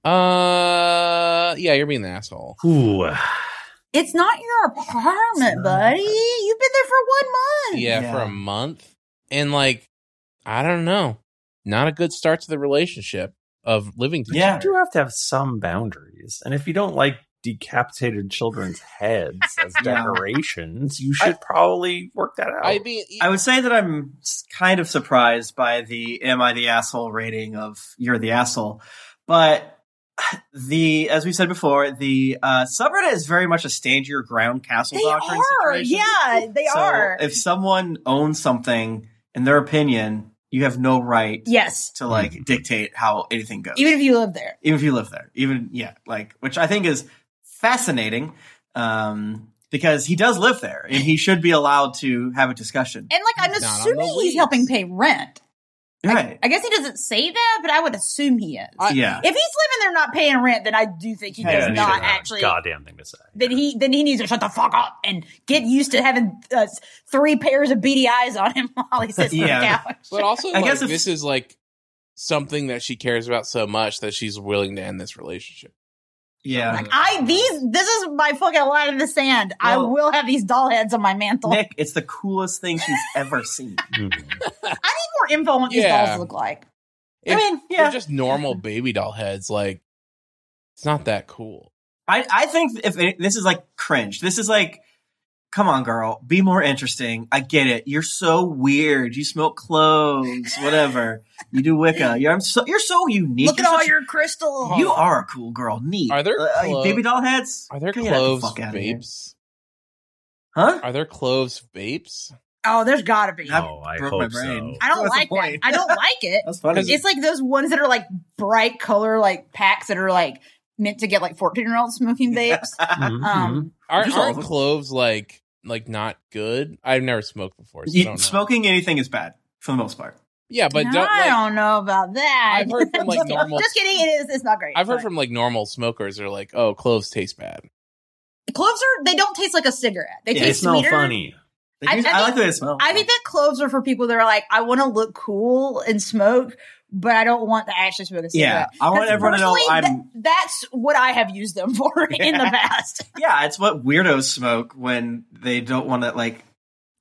Speaker 5: Uh, yeah, you're being the asshole.
Speaker 6: Ooh.
Speaker 3: It's not your apartment, buddy. You've been there for one month.
Speaker 5: Yeah,
Speaker 4: Yeah.
Speaker 5: for a month. And like, I don't know. Not a good start to the relationship of living together.
Speaker 4: Yeah.
Speaker 6: You do have to have some boundaries. And if you don't like decapitated children's heads as
Speaker 4: Yeah.
Speaker 6: decorations, you should probably work that out.
Speaker 5: I mean,
Speaker 4: Oh.
Speaker 5: e,
Speaker 4: I would say that I'm s- kind of surprised by the "Am I the asshole?" rating of "You're the asshole," but the as we said before, the uh, subreddit is very much a stand your ground castle
Speaker 3: They
Speaker 4: doctrine
Speaker 3: are.
Speaker 4: situation.
Speaker 3: Yeah, they
Speaker 4: So
Speaker 3: are.
Speaker 4: If someone owns something in their opinion, you have no right
Speaker 3: yes.
Speaker 4: to like dictate how anything goes,
Speaker 3: Even if you live there.
Speaker 4: even if you live there. Even yeah, like which I think is fascinating. Um, because he does live there and he should be allowed to have a discussion.
Speaker 3: And like I'm
Speaker 5: Not on the
Speaker 3: assuming he's
Speaker 5: lease.
Speaker 3: helping pay rent.
Speaker 4: Right.
Speaker 3: I guess he doesn't say that, but I would assume he is.
Speaker 5: I-
Speaker 4: yeah.
Speaker 3: if he's living there not paying rent, then I do think he
Speaker 4: Yeah,
Speaker 3: does
Speaker 4: he
Speaker 3: not
Speaker 6: should have a
Speaker 3: actually
Speaker 6: goddamn thing to say.
Speaker 3: then he then he needs to shut the fuck up and get used to having uh, three pairs of beady eyes on him while he sits on
Speaker 4: Yeah.
Speaker 3: the couch.
Speaker 5: but also,
Speaker 4: I
Speaker 5: like,
Speaker 4: guess if-
Speaker 5: this is like something that she cares about so much that she's willing to end this relationship.
Speaker 4: Yeah.
Speaker 3: Oh
Speaker 5: Like,
Speaker 3: I these this is my fucking line in the sand. I
Speaker 4: Well-
Speaker 3: will have these doll heads on my mantle.
Speaker 4: Nick, it's the coolest thing she's ever seen.
Speaker 6: Mhm.
Speaker 3: I need more info on what these
Speaker 5: Yeah.
Speaker 3: dolls look like.
Speaker 4: I mean, yeah.
Speaker 5: They're just normal baby doll heads. Like, it's not that cool.
Speaker 4: I, I think if it, this is like cringe, this is like, come on, girl, be more interesting. I get it. You're so weird. You smoke clothes, whatever. You do Wicca. You're I'm so you're so unique.
Speaker 3: Look at
Speaker 4: You're
Speaker 3: all
Speaker 4: such-
Speaker 3: your crystals.
Speaker 4: You are a cool girl. Neat.
Speaker 5: Are there
Speaker 4: Uh,
Speaker 5: clo-
Speaker 4: baby doll heads?
Speaker 5: Are there
Speaker 4: Get the
Speaker 5: cloves
Speaker 4: fuck outta here.
Speaker 5: vapes?
Speaker 4: Huh?
Speaker 5: Are there cloves vapes?
Speaker 3: oh, there's gotta be.
Speaker 4: That
Speaker 6: oh, I
Speaker 4: broke
Speaker 6: hope
Speaker 4: my brain.
Speaker 6: so.
Speaker 3: I don't
Speaker 4: What's the
Speaker 3: like that.
Speaker 4: point?
Speaker 3: I don't like it.
Speaker 4: That's funny.
Speaker 3: It's like those ones that are like bright color, like packs that are like meant to get like fourteen year olds smoking vapes.
Speaker 6: Mhm.
Speaker 4: Mm-hmm.
Speaker 3: Um,
Speaker 5: Are,
Speaker 4: Just all of
Speaker 5: aren't
Speaker 4: them.
Speaker 5: cloves like like not good? I've never smoked before. So I
Speaker 4: You-
Speaker 5: don't know.
Speaker 4: smoking anything is bad for the most part.
Speaker 5: Yeah, but don't.
Speaker 3: I
Speaker 5: Like,
Speaker 3: don't know about that.
Speaker 5: I've heard from like normal.
Speaker 3: Just kidding. It is. It's not great.
Speaker 5: I've heard
Speaker 3: But-
Speaker 5: from like normal smokers are like, oh, cloves taste bad.
Speaker 3: cloves are. They don't taste like a cigarette. They
Speaker 4: Yeah,
Speaker 6: They
Speaker 3: taste
Speaker 6: smell
Speaker 3: sweeter.
Speaker 6: funny.
Speaker 4: They
Speaker 3: I-
Speaker 4: do-
Speaker 3: I
Speaker 4: I, like
Speaker 3: think-
Speaker 4: the way they smell.
Speaker 3: I think that cloves are for people that are like, I want to look cool and smoke, but I don't want to actually smoke a
Speaker 4: yeah,
Speaker 3: cigarette.
Speaker 4: I want everyone to know
Speaker 3: Personally,
Speaker 4: I'm
Speaker 3: that- that's what I have used them for in the
Speaker 4: Yeah.
Speaker 3: past.
Speaker 4: Yeah, it's what weirdos smoke when they don't want to like.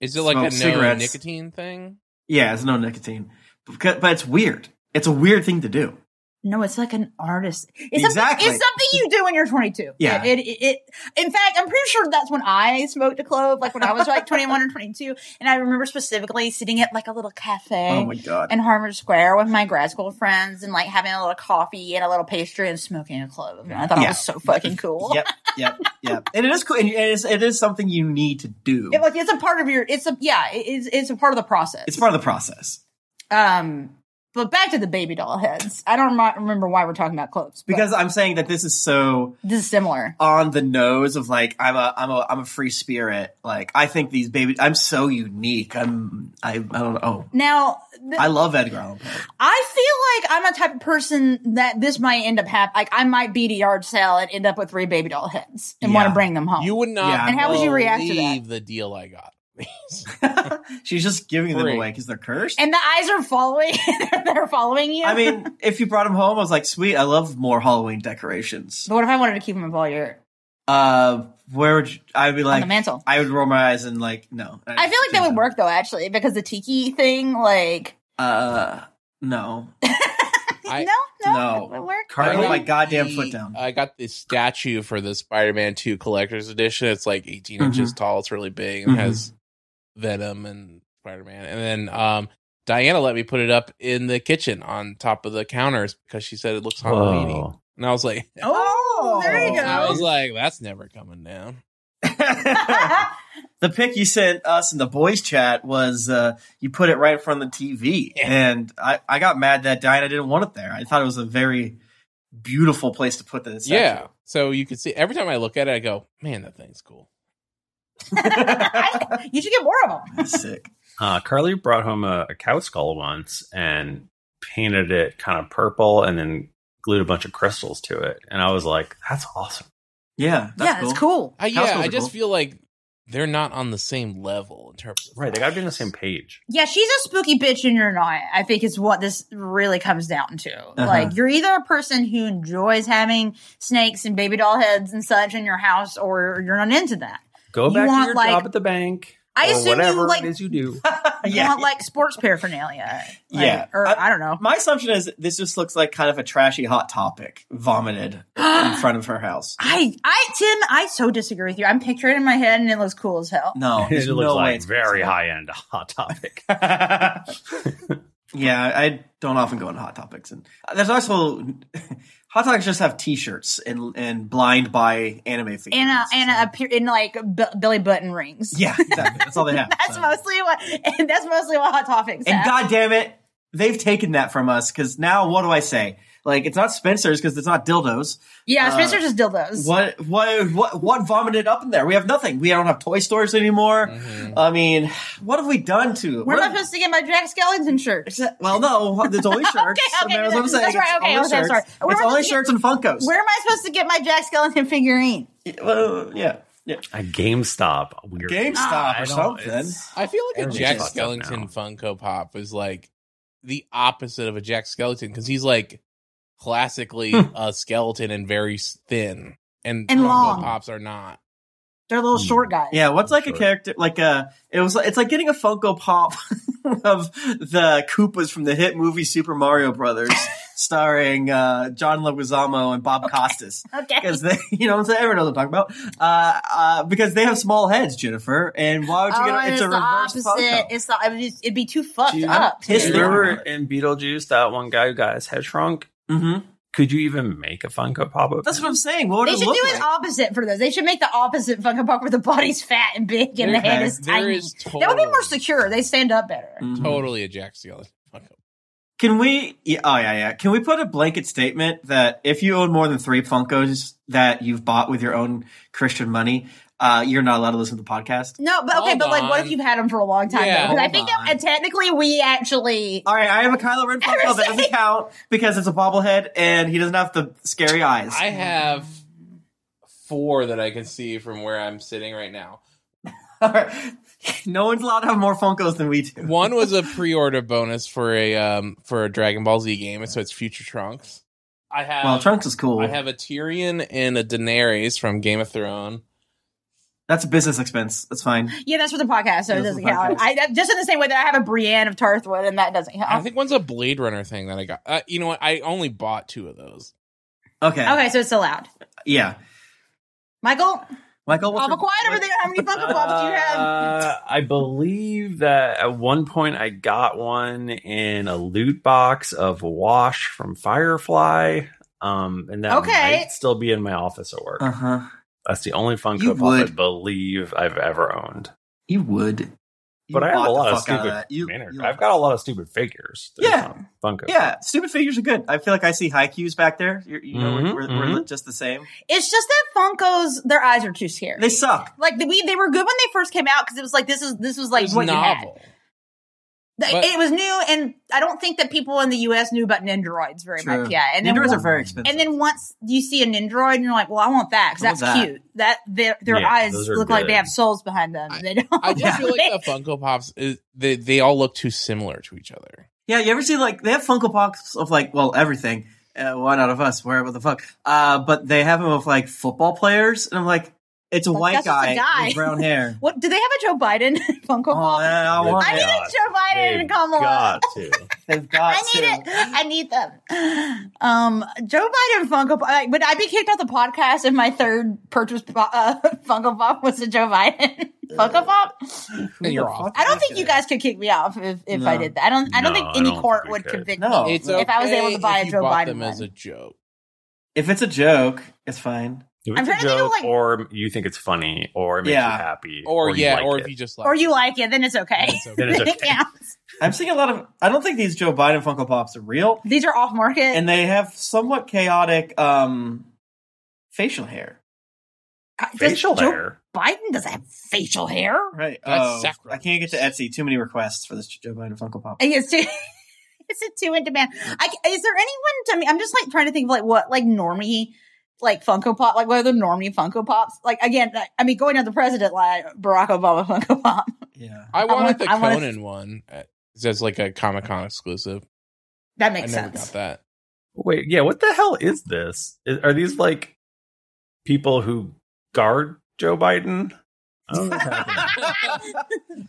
Speaker 5: Is it like
Speaker 4: Smoke
Speaker 5: a no
Speaker 4: cigarettes.
Speaker 5: nicotine thing?
Speaker 4: Yeah, it's no nicotine, Beca- but it's weird. It's a weird thing to do.
Speaker 3: No, it's like an artist. It's
Speaker 4: Exactly.
Speaker 3: Something, it's something you do when you're 22.
Speaker 4: Yeah.
Speaker 3: It, it, it, in fact, I'm pretty sure that's when I smoked a clove, like when I was like 21 or 22. And I remember specifically sitting at like a little cafe.
Speaker 4: Oh my god!
Speaker 3: in Harvard Square with my grad school friends and like having a little coffee and a little pastry and smoking a clove. And I thought it
Speaker 4: Yeah.
Speaker 3: was so fucking cool.
Speaker 4: yep, yep, yep. And it is cool. And it is, it is something you need to do.
Speaker 3: It- like it's a part of your. It's a yeah. it- It's it's a part of the process.
Speaker 4: It's part of the process
Speaker 3: Um, but back to the baby doll heads. I don't remi- remember why we're talking about clothes but
Speaker 4: because I'm saying that this is so
Speaker 3: this is similar.
Speaker 4: on the nose of like I'm a I'm a I'm a free spirit. Like I think these baby. I'm so unique. I'm I I don't know.
Speaker 3: Now th-
Speaker 4: I
Speaker 3: I,
Speaker 4: love Edgar Allan Poe.
Speaker 3: feel like I'm a type of person that this might end up happening. Like I might be at a yard sale and end up with three baby doll heads and want to
Speaker 4: Yeah.
Speaker 3: bring them home.
Speaker 5: You would not.
Speaker 4: Yeah. And
Speaker 3: Oh. how would you react to
Speaker 5: believe The deal I got.
Speaker 4: She's just giving them
Speaker 5: Free.
Speaker 4: away because they're cursed.
Speaker 3: and the eyes are following. they're following you.
Speaker 4: I mean, if you brought them home, I was like, sweet. I love more Halloween decorations.
Speaker 3: but what if I wanted to keep them in all year?
Speaker 4: Uh, where would you, I'd be
Speaker 3: on
Speaker 4: like?
Speaker 3: the mantle.
Speaker 4: I would roll my eyes and like, no.
Speaker 3: I feel like that would work though, actually, because the tiki thing, like,
Speaker 4: Uh, no.
Speaker 5: I-
Speaker 3: no, no,
Speaker 4: No.
Speaker 3: it would work.
Speaker 4: Car- I put
Speaker 5: got
Speaker 4: my goddamn
Speaker 5: the-
Speaker 4: foot down.
Speaker 5: I got this statue for the Spider-Man Two Collector's Edition. It's like 18
Speaker 6: Mm-hmm.
Speaker 4: Mhm.
Speaker 5: inches tall. It's really big and
Speaker 4: Mhm.
Speaker 5: has Venom and Spider-Man. And then um, Diana let me put it up in the kitchen on top of the counters because she said it looks Halloween.
Speaker 6: Whoa.
Speaker 5: And I was like,
Speaker 3: Oh, there you
Speaker 4: Oh,
Speaker 3: go.
Speaker 5: I was like, that's never coming down.
Speaker 4: the pic you sent us in the boys chat was uh, you put it right in front of the TV,
Speaker 5: Yeah.
Speaker 4: and I, I got mad that Diana didn't want it there. I thought it was a very beautiful place to put this.
Speaker 5: Yeah. So you can see every time I look at it, I go, man, that thing's cool.
Speaker 3: I- you should get more of them.
Speaker 4: sick.
Speaker 6: Uh, Carly brought home a, a cow skull once and painted it kind of purple and then glued a bunch of crystals to it. And I was like, that's awesome.
Speaker 4: Yeah, that's
Speaker 3: yeah,
Speaker 4: cool.
Speaker 3: it's cool.
Speaker 5: I,
Speaker 4: House
Speaker 5: yeah,
Speaker 4: goals
Speaker 5: I
Speaker 4: are
Speaker 5: just
Speaker 4: cool.
Speaker 5: feel like they're not on the same level in terms of
Speaker 6: Right, they got to be on the same page.
Speaker 3: Yeah, she's a spooky bitch and you're not. I think is what this really comes down to.
Speaker 4: Uh-huh.
Speaker 3: Like you're either a person who enjoys having snakes and baby doll heads and such in your house or you're not into that.
Speaker 6: Go
Speaker 3: You
Speaker 6: back
Speaker 3: want,
Speaker 6: to your
Speaker 3: like-
Speaker 6: job at the bank.
Speaker 3: I
Speaker 6: or
Speaker 3: assume you,
Speaker 6: whatever
Speaker 3: like-
Speaker 6: it is you do.
Speaker 3: You
Speaker 4: Yeah.
Speaker 3: want like sports paraphernalia. Like,
Speaker 4: Yeah.
Speaker 3: Or
Speaker 4: I-
Speaker 3: I, don't know.
Speaker 4: My assumption is this just looks like kind of a trashy hot topic vomited in front of her house.
Speaker 3: I I Tim, I so disagree with you. I'm picturing it in my head and it looks cool as hell.
Speaker 4: No,
Speaker 6: it
Speaker 4: there's
Speaker 6: looks
Speaker 4: no way
Speaker 6: like
Speaker 4: it's
Speaker 6: very
Speaker 4: possible.
Speaker 6: high end hot topic.
Speaker 4: yeah, I don't often go into hot topics, and there's also hot topics just have T-shirts and and blind buy anime figures.
Speaker 3: And a, and
Speaker 4: so-
Speaker 3: a, pe- in like b- Billy Button rings.
Speaker 4: yeah, exactly. That's all they have.
Speaker 3: That's
Speaker 4: so.
Speaker 3: mostly what. And that's mostly what Hot Topics.
Speaker 4: And
Speaker 3: have.
Speaker 4: God damn it, they've taken that from us because now what do I say? Like it's not Spencer's because it's not dildos.
Speaker 3: yeah,
Speaker 4: uh,
Speaker 3: Spencer's just dildos.
Speaker 4: What what what what vomited up in there? We have nothing. We don't have toy stores anymore. I mean, what have we done to?
Speaker 3: Where
Speaker 4: what
Speaker 3: am I supposed to get my Jack Skellington shirt?
Speaker 4: well, no, it's only shirts.
Speaker 3: okay,
Speaker 4: that's what I'm
Speaker 3: that's right,
Speaker 4: saying. It's
Speaker 3: okay,
Speaker 4: only
Speaker 3: okay,
Speaker 4: shirts.
Speaker 3: sorry. Where
Speaker 4: It's
Speaker 3: am I
Speaker 4: only
Speaker 3: supposed to
Speaker 4: shirts and Funkos.
Speaker 3: Where am I supposed to get my Jack Skellington figurine?
Speaker 4: Well, yeah, yeah.
Speaker 6: At GameStop, weird.
Speaker 4: GameStop
Speaker 6: I
Speaker 4: or
Speaker 6: don't-
Speaker 4: something.
Speaker 6: it's-
Speaker 5: I feel like a
Speaker 6: Everything's
Speaker 5: Jack
Speaker 6: fucked up now.
Speaker 5: Skellington Funko Pop is like the opposite of a Jack Skellington because he's like classically a skeleton and very s- thin, and,
Speaker 3: And
Speaker 5: Funko
Speaker 3: long.
Speaker 5: Pops are not.
Speaker 3: They're little
Speaker 6: Hmm.
Speaker 3: short guys.
Speaker 4: Yeah, what's like a
Speaker 6: Sure.
Speaker 4: character like a it was it's like getting a Funko Pop of the Koopas from the hit movie Super Mario Brothers, starring uh, John Leguizamo and Bob Costas.
Speaker 3: Okay.
Speaker 4: Because they, you know, what I'm saying everyone knows what I'm talking about. Uh, uh, because they have small heads, Jennifer. And why would you
Speaker 3: Oh,
Speaker 4: get
Speaker 3: and
Speaker 4: a, it's
Speaker 3: it's
Speaker 4: a
Speaker 3: the
Speaker 4: reverse
Speaker 3: opposite.
Speaker 4: Funko?
Speaker 3: It's the, I mean, it's- it'd be too fucked
Speaker 4: Dude, I'm
Speaker 3: up.
Speaker 4: pissed
Speaker 3: dude.
Speaker 4: off.
Speaker 6: Remember in Beetlejuice, that one guy who got his head shrunk?
Speaker 4: Mhm.
Speaker 6: Could you even make a Funko Pop of
Speaker 4: That's
Speaker 6: him?
Speaker 4: what I'm saying. What would
Speaker 3: They
Speaker 4: it
Speaker 3: should do
Speaker 4: look
Speaker 3: it
Speaker 4: like?
Speaker 3: opposite for those. They should make the opposite Funko Pop where the body's fat and big and the
Speaker 4: Okay.
Speaker 3: head is
Speaker 5: There
Speaker 3: tiny.
Speaker 5: is
Speaker 3: That would be more
Speaker 5: total-
Speaker 3: secure. They stand up better.
Speaker 4: Mhm.
Speaker 5: Totally a Jack Skellington Funko.
Speaker 4: Can we? Yeah, oh yeah, yeah. Can we put a blanket statement that if you own more than three Funkos that you've bought with your own Christian money, uh, you're not allowed to listen to the podcast?
Speaker 3: No, but okay,
Speaker 5: Hold
Speaker 3: but like, what
Speaker 5: on.
Speaker 3: if you've had them for a long time?
Speaker 5: Yeah,
Speaker 3: though? 'Cause I
Speaker 4: hold
Speaker 3: think
Speaker 4: on.
Speaker 3: that, and technically we actually.
Speaker 4: All right, I have a Kylo Ren Funko that doesn't count because it's a bobblehead and he doesn't have the scary eyes.
Speaker 5: I have four that I can see from where I'm sitting right now.
Speaker 4: All right. No one's allowed to have more Funkos than we do.
Speaker 5: One was a pre-order bonus for a um for a Dragon Ball Z game, and so it's Future Trunks. I have
Speaker 4: Well, Trunks is cool.
Speaker 5: I have a Tyrion and a Daenerys from Game of Thrones.
Speaker 4: That's a business expense. That's fine.
Speaker 3: Yeah, that's for the podcast, so
Speaker 4: Yeah,
Speaker 3: it
Speaker 4: that's for
Speaker 3: doesn't
Speaker 4: the
Speaker 3: count.
Speaker 4: podcast.
Speaker 3: I, that- just in the same way that I have a Brienne of Tarthwood, and that doesn't count.
Speaker 5: I think one's a Blade Runner thing that I got. Uh, you know what? I only bought two of those.
Speaker 4: Okay.
Speaker 3: okay, so it's allowed.
Speaker 4: Yeah.
Speaker 3: Michael,
Speaker 4: Michael, what's
Speaker 3: all
Speaker 4: your-
Speaker 3: quiet over there. How many Funko Pops do you have?
Speaker 6: Uh, I believe that at one point I got one in a loot box of Wash from Firefly. Um, and that
Speaker 3: Okay.
Speaker 6: might still be in my office at work.
Speaker 4: Uh-huh.
Speaker 6: That's the only Funko
Speaker 4: You
Speaker 6: Pop I
Speaker 4: would.
Speaker 6: believe I've ever owned.
Speaker 4: You would. You
Speaker 6: But I have
Speaker 4: bought
Speaker 6: a
Speaker 4: the
Speaker 6: lot of
Speaker 4: fuck out
Speaker 6: stupid.
Speaker 4: that. You-
Speaker 6: manner-
Speaker 4: you-
Speaker 6: I've got a lot of stupid figures. They're
Speaker 4: Yeah.
Speaker 6: not Funko.
Speaker 4: Yeah, stupid figures are good. I feel like I see high cues back there. You're, you know,
Speaker 6: Mhm,
Speaker 4: we're, we're, we're just the same.
Speaker 3: It's just that Funkos, their eyes are too scary.
Speaker 4: They suck.
Speaker 3: like the, we, they were good when they first came out because it was like this is this was like
Speaker 5: It's
Speaker 3: what
Speaker 5: novel.
Speaker 3: you had. The-
Speaker 5: But-
Speaker 3: it was new, and I don't think that people in the U.S. knew about Nindroids very
Speaker 4: True.
Speaker 3: much. Yeah, and then
Speaker 4: Androids
Speaker 3: once-
Speaker 4: are very expensive.
Speaker 3: and then once you see a Nindroid, and you're like, well, I want that
Speaker 4: I
Speaker 3: because
Speaker 4: want
Speaker 3: that's
Speaker 4: that.
Speaker 3: cute. That their their
Speaker 6: Yeah,
Speaker 3: eyes
Speaker 6: those are
Speaker 3: look like
Speaker 6: good.
Speaker 3: they have souls behind them. they don't.
Speaker 5: I just feel
Speaker 3: They-
Speaker 5: like the Funko Pops is, they they all look too similar to each other.
Speaker 4: yeah, you ever see like they have Funko Pops of like well everything. Uh, one out of us, wherever the fuck. Uh, but they have them of like football players, and I'm like, it's a
Speaker 3: Like,
Speaker 4: white
Speaker 3: that's just
Speaker 4: guy,
Speaker 3: a guy.
Speaker 4: with brown hair.
Speaker 3: What do they have a Joe Biden Funko
Speaker 4: oh,
Speaker 3: Pop?
Speaker 4: yeah, I want
Speaker 3: I need
Speaker 4: it.
Speaker 3: a Joe Biden and Kamala.
Speaker 6: Got to.
Speaker 4: They've got
Speaker 3: I need it.
Speaker 4: to.
Speaker 3: I need them. Um, Joe Biden Funko Pop. Like, would I be kicked off the podcast if my third purchase po- uh, Funko Pop was a Joe Biden Funko Pop?
Speaker 5: And you're off.
Speaker 3: I don't think you guys could kick me off if, if I
Speaker 4: No.
Speaker 3: did that. I don't. I don't
Speaker 6: No,
Speaker 3: think
Speaker 6: I
Speaker 3: any
Speaker 6: don't
Speaker 3: court
Speaker 6: think we
Speaker 3: would
Speaker 6: could.
Speaker 3: convict
Speaker 4: No.
Speaker 3: me.
Speaker 5: It's
Speaker 3: If I was
Speaker 5: okay
Speaker 3: able to buy a
Speaker 5: you
Speaker 3: Joe
Speaker 5: bought
Speaker 3: Biden
Speaker 5: them as
Speaker 3: one.
Speaker 5: a joke.
Speaker 4: If it's a joke, it's fine.
Speaker 6: If
Speaker 3: I'm trying
Speaker 6: it's a
Speaker 3: to think of,
Speaker 6: joke,
Speaker 3: like-
Speaker 6: or you think it's funny, or it makes
Speaker 4: Yeah.
Speaker 6: you happy,
Speaker 5: Or, yeah,
Speaker 6: you like
Speaker 5: or
Speaker 6: it.
Speaker 5: if you just like
Speaker 3: Or you like it, then it's okay.
Speaker 5: It's okay.
Speaker 6: Then it's
Speaker 3: It
Speaker 6: okay.
Speaker 3: counts.
Speaker 4: I'm seeing a lot of. I don't think these Joe Biden Funko Pops are real,
Speaker 3: These are off market.
Speaker 4: and they have somewhat chaotic um facial hair. Uh,
Speaker 3: God, does
Speaker 6: facial
Speaker 3: Joe
Speaker 6: hair.
Speaker 3: Biden doesn't have facial hair.
Speaker 4: Right.
Speaker 5: That's
Speaker 4: oh, I
Speaker 5: sacrilege.
Speaker 4: can't get to Etsy. Too many requests for this Joe Biden Funko Pop.
Speaker 3: I guess too. It's a two in demand. I, is there anyone? I mean, I'm just like trying to think of like what like normie like Funko Pop, like one of the normie Funko Pops. Like again, I- I mean, going down the president line, Barack Obama Funko Pop.
Speaker 4: Yeah.
Speaker 5: I wanted
Speaker 3: want-
Speaker 5: the
Speaker 3: I wanna-
Speaker 5: Conan one. uh, That's like a Comic Con exclusive.
Speaker 3: That
Speaker 5: I
Speaker 3: makes
Speaker 5: never
Speaker 3: sense.
Speaker 5: got that.
Speaker 6: Wait, yeah, what the hell is this? I- Are
Speaker 4: Mm-hmm.
Speaker 6: these like people who guard Joe Biden? I don't know what's happening.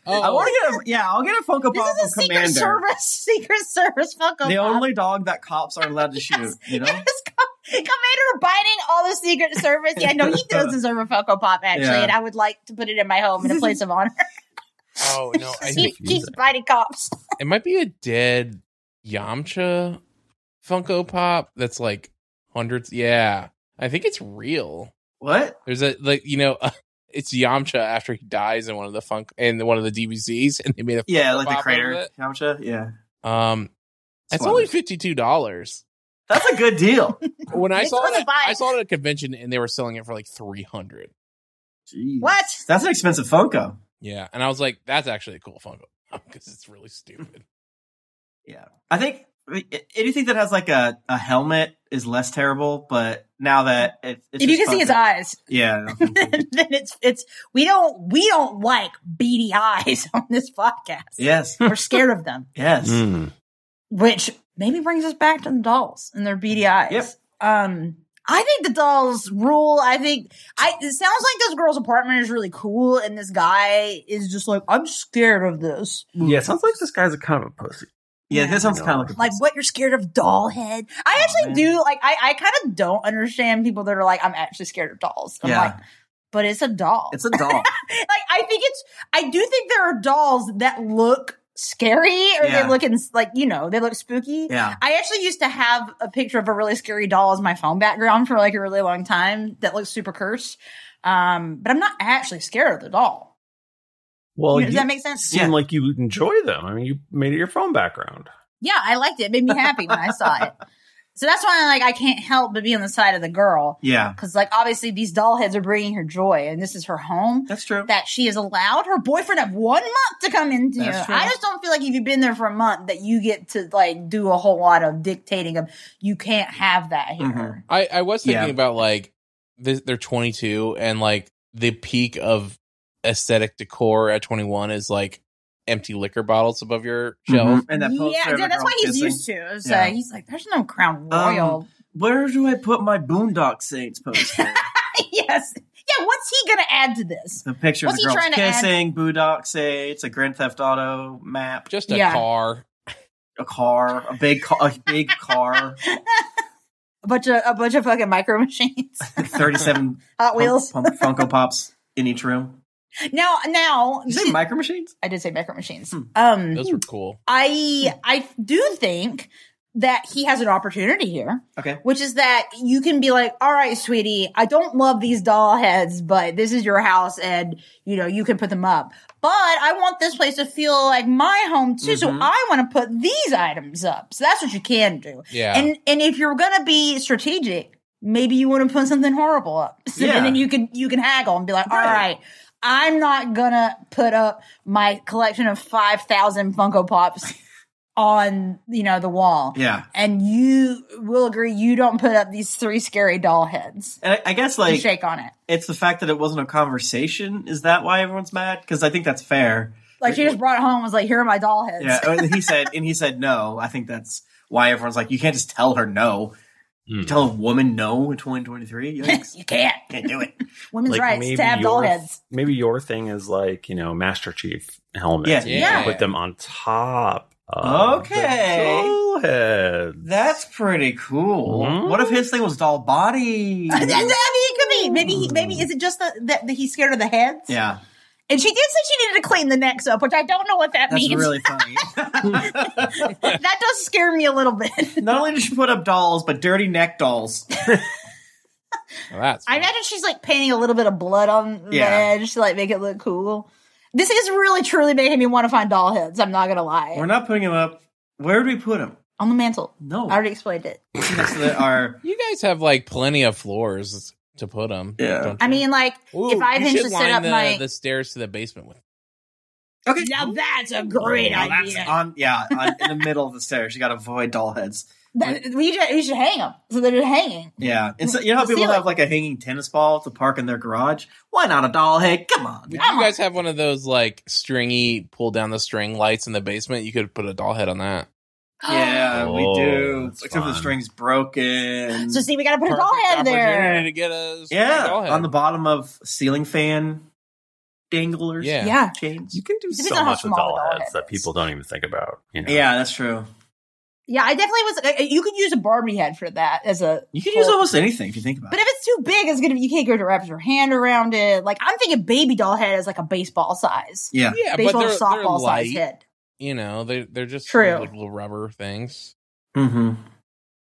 Speaker 5: Oh,
Speaker 4: I want to get a yeah. I'll get a Funko
Speaker 3: This
Speaker 4: Pop
Speaker 3: is a
Speaker 4: of
Speaker 3: Secret
Speaker 4: Commander,
Speaker 3: Service, Secret Service Funko
Speaker 4: the
Speaker 3: Pop.
Speaker 4: only dog that cops are allowed to shoot. You know.
Speaker 3: Yes, Com- Commander Biden, all the Secret Service. Yeah, no, he does deserve a Funko Pop actually,
Speaker 4: Yeah.
Speaker 3: and I would like to put it in my home in a place of honor.
Speaker 5: oh no, I
Speaker 3: he
Speaker 5: think
Speaker 3: keeps biting cops.
Speaker 5: it might be a dead Yamcha Funko Pop. That's like hundreds. Yeah, I think it's real.
Speaker 4: What?
Speaker 5: There's a like you know. it's Yamcha after he dies in one of the funk in one of the DVCs, and they made a
Speaker 4: Yeah,
Speaker 5: Funko
Speaker 4: like the
Speaker 5: Pop of
Speaker 4: crater
Speaker 5: it.
Speaker 4: Yamcha. Yeah,
Speaker 5: Um, it's
Speaker 4: Swan.
Speaker 5: only fifty two dollars.
Speaker 4: that's a good deal.
Speaker 5: When I
Speaker 3: It's
Speaker 5: saw
Speaker 3: worth
Speaker 5: it,
Speaker 3: a buy.
Speaker 5: I saw it at a convention, and they were selling it for like three hundred.
Speaker 4: Jeez.
Speaker 3: What?
Speaker 4: That's an expensive Funko.
Speaker 5: Yeah, and I was like, that's actually a cool Funko because it's really stupid.
Speaker 4: Yeah, I think I mean, a- anything that has like a, a helmet is less terrible. But now that it, it's
Speaker 3: if you
Speaker 4: just
Speaker 3: can see his
Speaker 4: Funko.
Speaker 3: eyes,
Speaker 4: yeah,
Speaker 3: then it's it's we don't we don't like beady eyes on this podcast.
Speaker 4: yes,
Speaker 3: We're scared of them,
Speaker 4: yes.
Speaker 6: Hmm.
Speaker 1: Mm.
Speaker 3: which maybe brings us back to the dolls and their beady eyes.
Speaker 4: Yep.
Speaker 3: Um, I think the dolls rule. I think I. It sounds like this girl's apartment is really cool, and this guy is just like, I'm scared of this.
Speaker 6: yeah, it sounds like this guy's a kind of a pussy.
Speaker 4: Yeah, this sounds kind of like a
Speaker 3: Like what you're scared of doll head. I actually
Speaker 4: man.
Speaker 3: do like I, I kind of don't understand people that are like, I'm actually scared of dolls. I'm
Speaker 4: Yeah.
Speaker 3: like, but it's a doll.
Speaker 4: It's a doll.
Speaker 3: like I think it's I do think there are dolls that look scary or
Speaker 4: Yeah.
Speaker 3: they look in, like you know they look spooky.
Speaker 4: Yeah.
Speaker 3: I actually used to have a picture of a really scary doll as my phone background for like a really long time that looks super cursed. Um, but I'm not actually scared of the doll.
Speaker 6: Well,
Speaker 3: You know, does
Speaker 6: you
Speaker 3: that make sense?
Speaker 6: seem like you enjoy them. I mean, you made it your phone background.
Speaker 3: Yeah, I liked it. It made me happy when I saw it. So that's why like I can't help but be on the side of the girl
Speaker 4: Yeah,
Speaker 3: because like obviously these doll heads are bringing her joy and this is her home.
Speaker 4: that's true.
Speaker 3: that she has allowed her boyfriend of one month to come into.
Speaker 4: That's true.
Speaker 3: I just don't feel like if you've been there for a month that you get to like do a whole lot of dictating of you can't have that here.
Speaker 4: Mhm.
Speaker 5: I, I was thinking
Speaker 4: Yeah.
Speaker 5: about like this, they're 22 and like the peak of aesthetic decor at 21 is like empty liquor bottles above your
Speaker 3: Mm-hmm.
Speaker 5: shelf.
Speaker 4: Mhm. And that
Speaker 3: yeah,
Speaker 4: poster of
Speaker 3: yeah,
Speaker 4: the
Speaker 3: that's
Speaker 4: girl
Speaker 3: what he's
Speaker 4: kissing.
Speaker 3: used to. It's, uh,
Speaker 4: Yeah. Um,
Speaker 3: he's like, there's no crown royal.
Speaker 4: Where do I put my Boondock Saints poster?
Speaker 3: yes, yeah. What's he gonna add to this?
Speaker 4: the picture
Speaker 3: What's
Speaker 4: of the
Speaker 3: he
Speaker 4: girls
Speaker 3: trying to add?
Speaker 4: kissing, Boondock Saints, a Grand Theft Auto map,
Speaker 5: Just a
Speaker 3: Yeah.
Speaker 5: car.
Speaker 4: a car, a big car, a big car,
Speaker 3: A bunch of a bunch of fucking micro machines,
Speaker 4: like thirty-seven
Speaker 3: Hot
Speaker 4: pump-
Speaker 3: Wheels.
Speaker 4: pump- Funko Pops in each room.
Speaker 3: Now, now,
Speaker 4: Did you say micro machines?
Speaker 3: I did say micro machines.
Speaker 4: Hmm.
Speaker 3: Um,
Speaker 5: Those were cool.
Speaker 3: I I do think that he has an opportunity here.
Speaker 4: Okay.
Speaker 3: Which is that you can be like, all right, sweetie, I don't love these doll heads, but this is your house and you know, you can put them up. But I want this place to feel like my home too. So
Speaker 4: Mhm.
Speaker 3: I want to put these items up. So that's what you can do.
Speaker 5: Yeah.
Speaker 3: And and if you're gonna be strategic, maybe you want to put something horrible up. So
Speaker 4: Yeah.
Speaker 3: and then you can you can haggle and be like, all
Speaker 4: Right.
Speaker 3: right, I'm not gonna put up my collection of five thousand Funko Pops on you know the wall.
Speaker 4: Yeah,
Speaker 3: And you will agree you don't put up these three scary doll heads.
Speaker 4: and I, I guess
Speaker 3: You
Speaker 4: like
Speaker 3: shake on it.
Speaker 4: it's the fact that it wasn't a conversation. Is that why everyone's mad? Because I think that's fair.
Speaker 3: Like she just brought it home and was like, here are my doll heads.
Speaker 4: Yeah, and he said, and he said no. I think that's why everyone's like, you can't just tell her no. You tell a woman no in 2023. Yikes.
Speaker 3: you can't.
Speaker 4: Can't do it.
Speaker 3: Women's rights to have doll
Speaker 6: your,
Speaker 3: heads.
Speaker 6: maybe your thing is like you know Master Chief helmets.
Speaker 4: Yeah.
Speaker 6: and you
Speaker 5: Yeah.
Speaker 6: can put them on top. Of
Speaker 4: Okay.
Speaker 6: the doll heads.
Speaker 4: That's pretty cool.
Speaker 6: Hmm?
Speaker 4: What if his thing was doll body?
Speaker 3: I mean, it could be. Maybe he, maybe is it just the, that that he's scared of the heads?
Speaker 4: yeah,
Speaker 3: And she did say she needed to clean the necks up, which I don't know what that
Speaker 4: that's
Speaker 3: means.
Speaker 4: really funny.
Speaker 3: that does scare me a little bit.
Speaker 4: Not only did she put up dolls, but dirty neck dolls.
Speaker 5: Well, that's
Speaker 3: I
Speaker 5: fun.
Speaker 3: imagine she's like painting a little bit of blood on
Speaker 4: Yeah.
Speaker 3: the edge to like make it look cool. This is really truly making me want to find doll heads. I'm not gonna lie.
Speaker 4: We're not putting him up. Where do we put him?
Speaker 3: on the mantle.
Speaker 4: No,
Speaker 3: I already explained it.
Speaker 4: next to the- our
Speaker 5: you guys have like plenty of floors to put them.
Speaker 4: Yeah.
Speaker 3: I mean, like if I
Speaker 5: you should
Speaker 3: eventually set
Speaker 5: line
Speaker 3: up
Speaker 5: the,
Speaker 3: my
Speaker 5: the stairs to the basement with.
Speaker 7: Okay.
Speaker 3: Now that's a great
Speaker 6: Oh,
Speaker 4: That's
Speaker 3: idea.
Speaker 4: on, yeah, on, in the middle of the stairs. You got to avoid doll heads.
Speaker 3: That- we, should, we should hang them so they're just hanging.
Speaker 4: Yeah, and so you know how
Speaker 3: The
Speaker 4: people
Speaker 3: ceiling.
Speaker 4: have like a hanging tennis ball to park in their garage. Why not a doll head? Come on.
Speaker 5: Did
Speaker 3: Come
Speaker 5: you guys have one of those like stringy pull down the string lights in the basement? You could put a doll head on that.
Speaker 4: Yeah,
Speaker 6: Oh,
Speaker 4: we do.
Speaker 6: that's
Speaker 4: Except for the
Speaker 6: fun.
Speaker 4: string's broken.
Speaker 3: So see, we got to put a doll
Speaker 5: Perfect
Speaker 3: head
Speaker 5: opportunity
Speaker 3: there.
Speaker 5: to get a string
Speaker 4: yeah,
Speaker 5: doll head.
Speaker 4: on the bottom of ceiling fan danglers.
Speaker 5: Yeah.
Speaker 3: Yeah.
Speaker 4: chains.
Speaker 6: You can do
Speaker 3: Depends
Speaker 6: so
Speaker 3: on how
Speaker 6: much with
Speaker 3: small the
Speaker 6: doll
Speaker 3: doll
Speaker 6: heads
Speaker 3: head
Speaker 6: that
Speaker 3: is.
Speaker 6: people don't even think about. You know?
Speaker 4: Yeah, that's true.
Speaker 3: Yeah, I definitely was. uh, You could use a Barbie head for that as a.
Speaker 4: You can use
Speaker 3: Well-
Speaker 4: almost anything if you think about
Speaker 3: But
Speaker 4: it.
Speaker 3: if it's too big, it's gonna. be You can't go to wrap your hand around it. Like I'm thinking, baby doll head is like a baseball size,
Speaker 4: Yeah,
Speaker 5: yeah, but
Speaker 3: baseball
Speaker 5: they're,
Speaker 3: or softball
Speaker 5: softball
Speaker 3: size
Speaker 5: light,
Speaker 3: head.
Speaker 5: You know, they they're just
Speaker 3: True.
Speaker 5: like little rubber things.
Speaker 4: hmm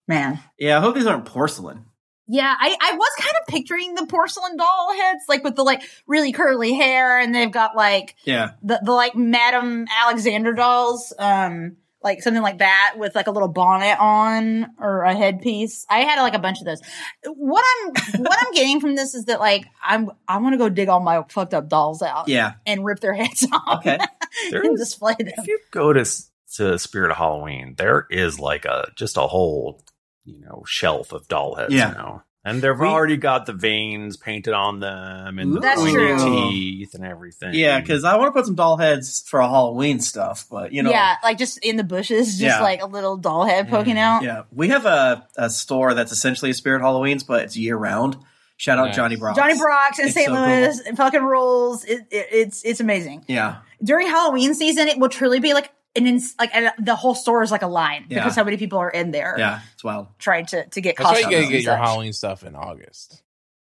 Speaker 3: Man,
Speaker 4: yeah. I hope these aren't porcelain.
Speaker 3: yeah, I, I was kind of picturing the porcelain doll heads, like with the like really curly hair, and they've got like
Speaker 4: Yeah,
Speaker 3: the, the like Madame Alexander dolls, um, like something like that with like a little bonnet on or a headpiece. I had like a bunch of those. What I'm what I'm getting from this is that like I'm I want to go dig all my fucked up dolls out
Speaker 4: yeah.
Speaker 3: and rip their heads off
Speaker 4: Okay.
Speaker 3: and
Speaker 6: There's-
Speaker 3: display them.
Speaker 6: if you go to s- to Spirit of Halloween, there is like a just a whole you know shelf of doll heads
Speaker 4: Yeah.
Speaker 6: now, and they've
Speaker 4: We-
Speaker 6: already got the veins painted on them and the
Speaker 3: That's
Speaker 6: pointy
Speaker 3: true.
Speaker 6: teeth and everything.
Speaker 4: Yeah, because I want to put some doll heads for all Halloween stuff, but you know,
Speaker 3: yeah, like just in the bushes, just
Speaker 4: Yeah. Mm-hmm.
Speaker 3: like a little doll head poking
Speaker 5: Mm,
Speaker 3: out.
Speaker 4: yeah. We have a, a store that's essentially a Spirit Halloween's, but it's year round. Shout out
Speaker 5: Nice.
Speaker 4: Johnny Brock.
Speaker 3: Johnny Brock's in
Speaker 4: It's
Speaker 3: St.
Speaker 4: so
Speaker 3: Louis, it fucking rules. It, it, it's it's amazing.
Speaker 4: Yeah,
Speaker 3: During Halloween season, it will truly be like an ins- like and the whole store is like a line
Speaker 4: Yeah.
Speaker 3: because so many people are in there.
Speaker 4: yeah. It's wild.
Speaker 3: trying to to get
Speaker 5: That's why
Speaker 3: costumes.
Speaker 5: you gotta
Speaker 3: and
Speaker 5: get your
Speaker 3: such.
Speaker 5: Halloween stuff in August.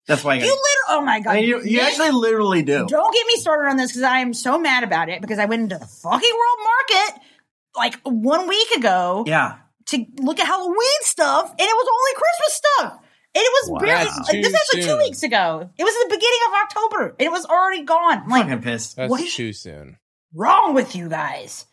Speaker 4: That's why I
Speaker 3: You
Speaker 4: got
Speaker 3: literally, oh my god!
Speaker 4: I mean, you, you
Speaker 3: Nick,
Speaker 4: actually literally do.
Speaker 3: don't get me started on this because I am so mad about it because I went into the fucking world market like one week ago
Speaker 4: Yeah.
Speaker 3: to look at Halloween stuff, and it was only Christmas stuff. And it was
Speaker 6: Wow.
Speaker 3: barely
Speaker 6: That's
Speaker 3: like, this
Speaker 5: too
Speaker 3: was actually
Speaker 5: soon.
Speaker 3: two weeks ago. It was the beginning of October. and It was already gone. I'm
Speaker 4: I'm
Speaker 3: like,
Speaker 4: fucking pissed.
Speaker 5: That's
Speaker 3: What is-
Speaker 5: too soon.
Speaker 3: wrong with you guys?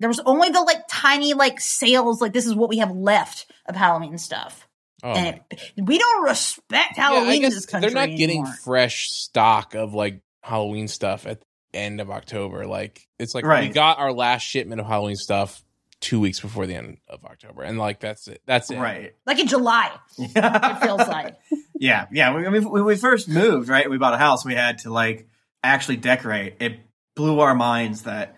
Speaker 3: There was only the like tiny like sales. Like this is what we have left of Halloween stuff,
Speaker 5: Oh my
Speaker 3: and it, we don't respect
Speaker 5: Yeah, I
Speaker 3: Halloween in
Speaker 5: guess
Speaker 3: this country.
Speaker 5: They're not getting
Speaker 3: anymore.
Speaker 5: fresh stock of like Halloween stuff at the end of October. Like it's like we
Speaker 4: Right.
Speaker 5: got our last shipment of Halloween stuff two weeks before the end of October, and like that's it. That's it.
Speaker 4: Right.
Speaker 3: like in July.
Speaker 4: Yeah.
Speaker 3: It feels like
Speaker 4: yeah. Yeah. We, I mean, when we first moved, right, we bought a house. We had to like actually decorate. It blew our minds that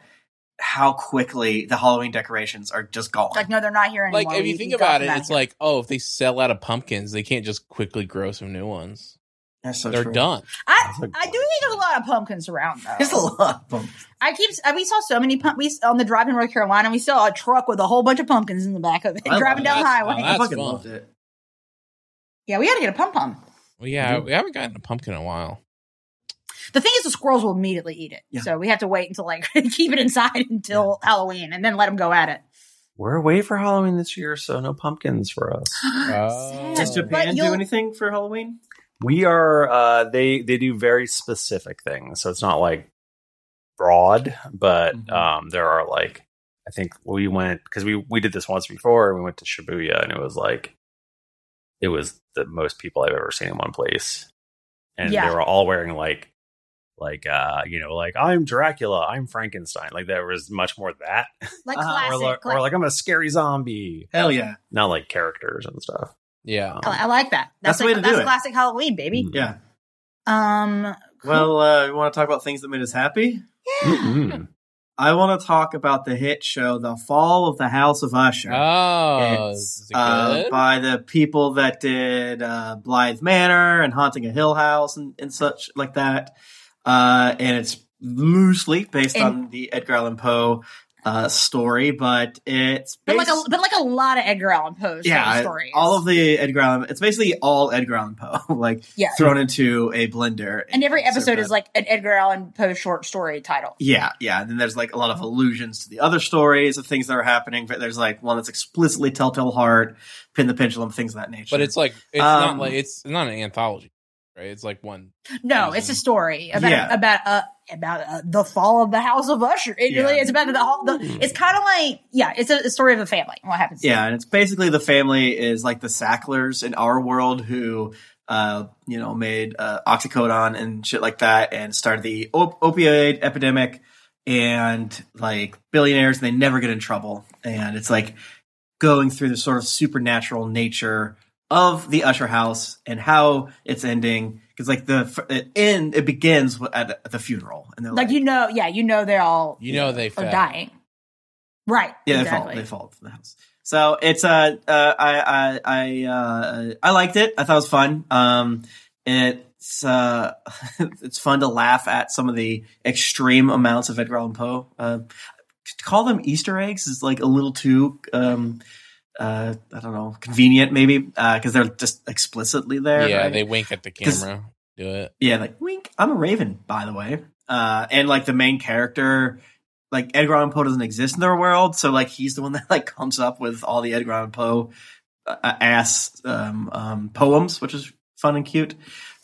Speaker 4: how quickly the Halloween decorations are just gone.
Speaker 3: like no, they're not here anymore.
Speaker 5: Like if
Speaker 3: We-
Speaker 5: you think
Speaker 3: we got
Speaker 5: about it,
Speaker 3: them out
Speaker 5: it's
Speaker 3: here.
Speaker 5: like oh, if they sell out of pumpkins, they can't just quickly grow some new ones.
Speaker 4: That's so
Speaker 5: They're
Speaker 4: true.
Speaker 5: done.
Speaker 3: I, I do think there's a lot of pumpkins around though.
Speaker 4: There's a lot of them.
Speaker 3: I keep I- we saw so many pump. We on the drive in North Carolina, we saw a truck with a whole bunch of pumpkins in the back of it
Speaker 4: I love
Speaker 3: driving down
Speaker 5: that.
Speaker 3: the highway.
Speaker 4: I
Speaker 5: Now that's
Speaker 4: fucking
Speaker 5: fun.
Speaker 4: loved it.
Speaker 3: Yeah, we had to get a pum pum.
Speaker 5: Well, yeah,
Speaker 4: Mhm.
Speaker 5: we haven't gotten a pumpkin in a while.
Speaker 3: The thing is, the squirrels will immediately eat it,
Speaker 4: Yeah.
Speaker 3: so we have to wait until like keep it inside until Halloween, and then let them go at it.
Speaker 6: we're away for Halloween this year, so no pumpkins for us.
Speaker 5: Oh.
Speaker 3: Sad.
Speaker 4: Does
Speaker 5: Just a-
Speaker 3: But
Speaker 4: Japan do
Speaker 3: you'll-
Speaker 4: anything for Halloween?
Speaker 6: We are uh, they they do very specific things, so it's not like broad, but
Speaker 4: Mhm.
Speaker 6: um, there are like I think we went because we we did this once before, and we went to Shibuya, and it was like it was the most people I've ever seen in one place, and
Speaker 3: Yeah.
Speaker 6: they were all wearing like like uh you know like I'm Dracula, I'm Frankenstein, like there was much more that,
Speaker 3: like
Speaker 4: Uh, or
Speaker 3: classic.
Speaker 6: or like,
Speaker 3: cla-
Speaker 6: or like I'm a scary zombie,
Speaker 4: Hell yeah.
Speaker 6: not like characters and stuff. Um,
Speaker 5: Yeah.
Speaker 3: I, I like that. That's
Speaker 4: That's the way
Speaker 3: like,
Speaker 4: to do
Speaker 3: that's
Speaker 4: it. Mm-hmm.
Speaker 3: classic Halloween, baby.
Speaker 6: Mm.
Speaker 4: Yeah.
Speaker 3: Um,
Speaker 4: Well, uh, you want to talk about things that made us happy? Mm-hmm.
Speaker 6: Mm-mm.
Speaker 4: I want to talk about the hit show, The Fall of the House of Usher.
Speaker 5: Oh,
Speaker 4: It's,
Speaker 5: is it
Speaker 4: uh,
Speaker 5: good?
Speaker 4: by the people that did uh, Blythe Manor and Haunting a Hill House and, and such like that. Uh, and it's loosely based
Speaker 3: And-
Speaker 4: on the Edgar Allan Poe uh, story, but it's
Speaker 3: but like a
Speaker 4: based-
Speaker 3: but like a lot of Edgar Allan Poe's
Speaker 4: yeah,
Speaker 3: stories.
Speaker 4: all of the Edgar Allan. It's basically all Edgar Allan Poe, like
Speaker 3: Yeah.
Speaker 4: thrown into a blender.
Speaker 3: and every episode
Speaker 4: served
Speaker 3: is
Speaker 4: up.
Speaker 3: like an Edgar Allan Poe short story title.
Speaker 4: Yeah, yeah. And then there's like a lot of allusions to the other stories of things that are happening. But there's like one that's explicitly Telltale Heart, Pin the Pendulum, things of that nature.
Speaker 5: but it's like it's
Speaker 4: Um,
Speaker 5: not like it's not an anthology, right? It's like one
Speaker 3: No, it's a story about
Speaker 4: Yeah.
Speaker 3: about uh about uh, the fall of the House of Usher. It
Speaker 4: Yeah. Mm.
Speaker 3: really is about the, whole- the it's kind of like yeah, it's a, a story of a family. and What happens? to
Speaker 4: Yeah, and it's basically the family is like the Sacklers in our world who, uh, you know, made uh, oxycodone and shit like that, and started the op- opioid epidemic, and like billionaires, and they never get in trouble. And it's like going through the sort of supernatural nature of the Usher house and how it's ending. Because like the f- it end, it begins w- at at the funeral, and they're like,
Speaker 3: Like you know, yeah, you know they're all
Speaker 5: You know they
Speaker 3: are
Speaker 5: fell.
Speaker 3: dying, right?
Speaker 4: Yeah,
Speaker 3: exactly.
Speaker 4: they fall. They fall from the house. So it's uh, uh I I I uh, I liked it. I thought it was fun. Um, it's uh, it's fun to laugh at some of the extreme amounts of Edgar Allan Poe. Uh, to call them Easter eggs is like a little too um, uh, I don't know, convenient maybe because they're just explicitly there.
Speaker 5: Yeah,
Speaker 4: right?
Speaker 5: they wink at the
Speaker 4: 'Cause-
Speaker 5: camera. Do it.
Speaker 4: Yeah, like wink. I'm a raven, by the way. Uh, and like the main character, like Edgar Allan Poe doesn't exist in their world, so like he's the one that like comes up with all the Edgar Allan Poe uh, ass um, um, poems, which is fun and cute.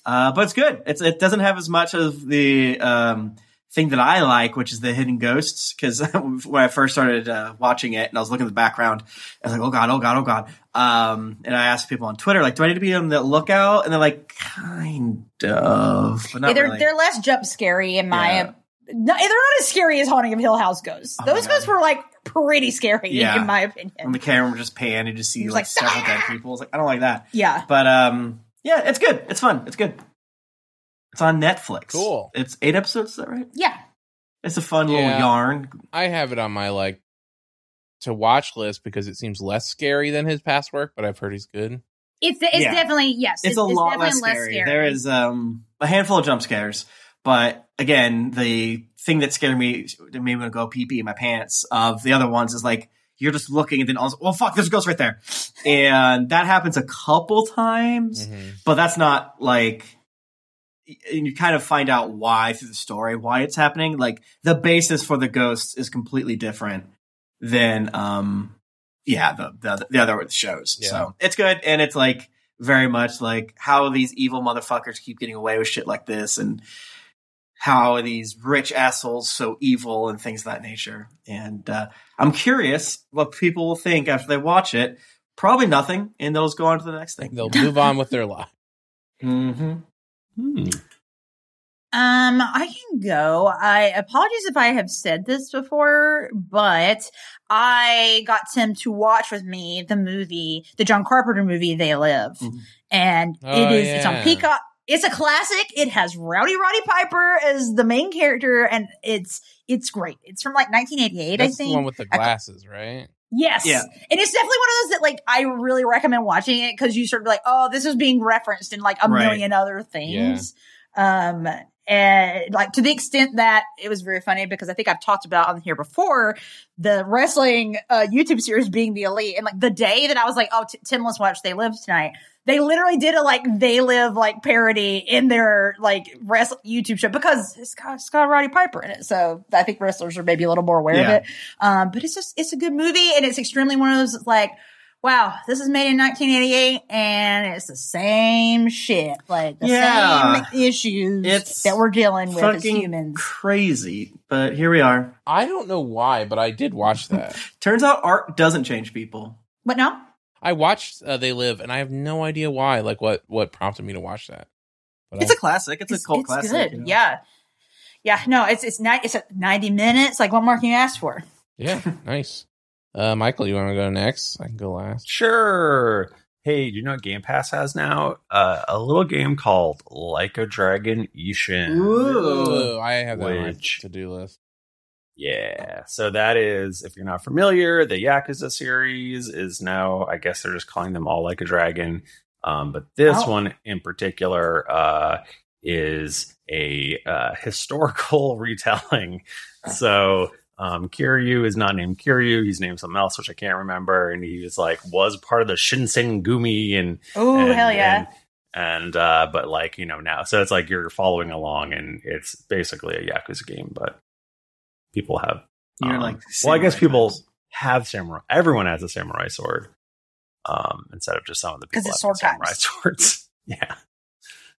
Speaker 4: Uh, but it's good. It's it doesn't have as much of the um, thing that I like, which is the hidden ghosts. Because when I first started uh, watching it, and I was looking at the background, I was like, "Oh god, oh god, oh god!" Um, and I asked people on Twitter, like, "Do I need to be on the lookout?" And they're like, "Kind of, but not
Speaker 3: Yeah, they're
Speaker 4: really."
Speaker 3: they're less jump scary in my.
Speaker 4: Yeah.
Speaker 3: No, they're not as scary as Haunting of Hill House ghosts.
Speaker 4: Oh my
Speaker 3: Those
Speaker 4: God.
Speaker 3: ghosts were like pretty scary,
Speaker 4: Yeah.
Speaker 3: in my
Speaker 4: when
Speaker 3: opinion.
Speaker 4: the camera would just pan, you just see
Speaker 3: It's
Speaker 4: like, "Ah!"
Speaker 3: like,
Speaker 4: several dead people. It's like I don't like that.
Speaker 3: Yeah,
Speaker 4: But um, yeah, it's good. It's fun. It's good. It's on Netflix.
Speaker 5: Cool.
Speaker 4: It's eight episodes. Is that right?
Speaker 3: yeah.
Speaker 4: It's a fun
Speaker 5: Yeah.
Speaker 4: little yarn.
Speaker 5: I have it on my like to watch list because it seems less scary than his past work, but I've heard he's good.
Speaker 3: It's it's
Speaker 4: Yeah.
Speaker 3: definitely yes.
Speaker 4: it's, a lot
Speaker 3: definitely
Speaker 4: less scary. There is um, a handful of jump scares, but again, the thing that scared me that made me go pee pee in my pants of the other ones is like you're just looking and then also, oh fuck, there's a ghost right there, and that happens a couple times, but that's not like. And you kind of find out why through the story, why it's happening. Like the basis for the ghosts is completely different than, um, yeah, the the, the other shows.
Speaker 5: Yeah.
Speaker 4: So it's good, and it's like very much like how these evil motherfuckers keep getting away with shit like this and how are these rich assholes so evil and things of that nature. And uh, I'm curious what people will think after they watch it. Probably nothing, and they'll just go on to the next thing.
Speaker 5: They'll move on with their life.
Speaker 4: Mm-hmm.
Speaker 6: Hmm.
Speaker 3: Um, I can go. I apologize if I have said this before, but I got Tim to watch with me the movie, the John Carpenter movie, They Live,
Speaker 4: Mhm.
Speaker 3: and
Speaker 5: Mm-hmm. Oh,
Speaker 3: it is it's on
Speaker 5: yeah.
Speaker 3: Peacock. It's a classic. It has Rowdy Roddy Piper as the main character, and it's it's great. It's from like 1988, I
Speaker 5: That's
Speaker 3: think.
Speaker 5: the one with the
Speaker 3: I-
Speaker 5: glasses, right?
Speaker 3: Yes.
Speaker 4: Yeah.
Speaker 3: And it's definitely one of those that like I really recommend watching it because you sort of be like, oh, this is being referenced in like a
Speaker 4: Right.
Speaker 3: million other things. Um and like to the extent that it was very funny because I think I've talked about on here before the wrestling uh, YouTube series being the elite and like the day that I was like, oh, t- Tim, let's watch They Live tonight. They literally did a like They Live like parody in their like wrestling YouTube show because it's got it's got Roddy Piper in it, so I think wrestlers are maybe a little more aware of
Speaker 4: Yeah.
Speaker 3: it. Um, but it's just it's a good movie and it's extremely one of those that's like, wow, this is made in 1988 and it's the same shit, like the
Speaker 4: Yeah.
Speaker 3: same issues
Speaker 4: It's
Speaker 3: that we're dealing with as
Speaker 4: Fucking
Speaker 3: humans.
Speaker 4: crazy, but here we are.
Speaker 5: I don't know why, but I did watch that.
Speaker 4: Turns out art doesn't change people.
Speaker 3: But no,
Speaker 5: I watched uh, They Live, and I have no idea why. Like what what prompted me to watch that? But
Speaker 4: It's a classic. It's, a cult classic.
Speaker 3: good,
Speaker 4: you know?
Speaker 3: yeah. Yeah, no, it's it's not it's a 90 minutes, like what Mark you asked for.
Speaker 5: yeah, nice. Uh, Michael, you want to go next? I can go last.
Speaker 6: Sure. Hey, do you know what Game Pass has now? Uh, a little game called Like a Dragon Ishin.
Speaker 4: Ooh.
Speaker 5: Ooh, I have that on my
Speaker 6: Which-
Speaker 5: to do list.
Speaker 6: Yeah. So that is, if you're not familiar, the Yakuza series is now, I guess they're just calling them all like a dragon. Um, but this
Speaker 3: Oh.
Speaker 6: one in particular uh, is a uh, historical retelling. So um, Kiryu is not named Kiryu. He's named something else, which I can't remember. And he was like, was part of the Shinsengumi and
Speaker 3: Oh,
Speaker 6: and-
Speaker 3: hell yeah.
Speaker 6: And, and, uh, but like you know now, so it's like you're following along, and it's basically a Yakuza game, but people have.
Speaker 4: You're
Speaker 6: um,
Speaker 4: like
Speaker 6: well, I guess
Speaker 4: samurai
Speaker 6: people
Speaker 4: types.
Speaker 6: have samurai. Everyone has a samurai sword, um, instead of just some of the
Speaker 3: 'Cause
Speaker 6: people
Speaker 3: it's sword
Speaker 6: having samurai swords. yeah,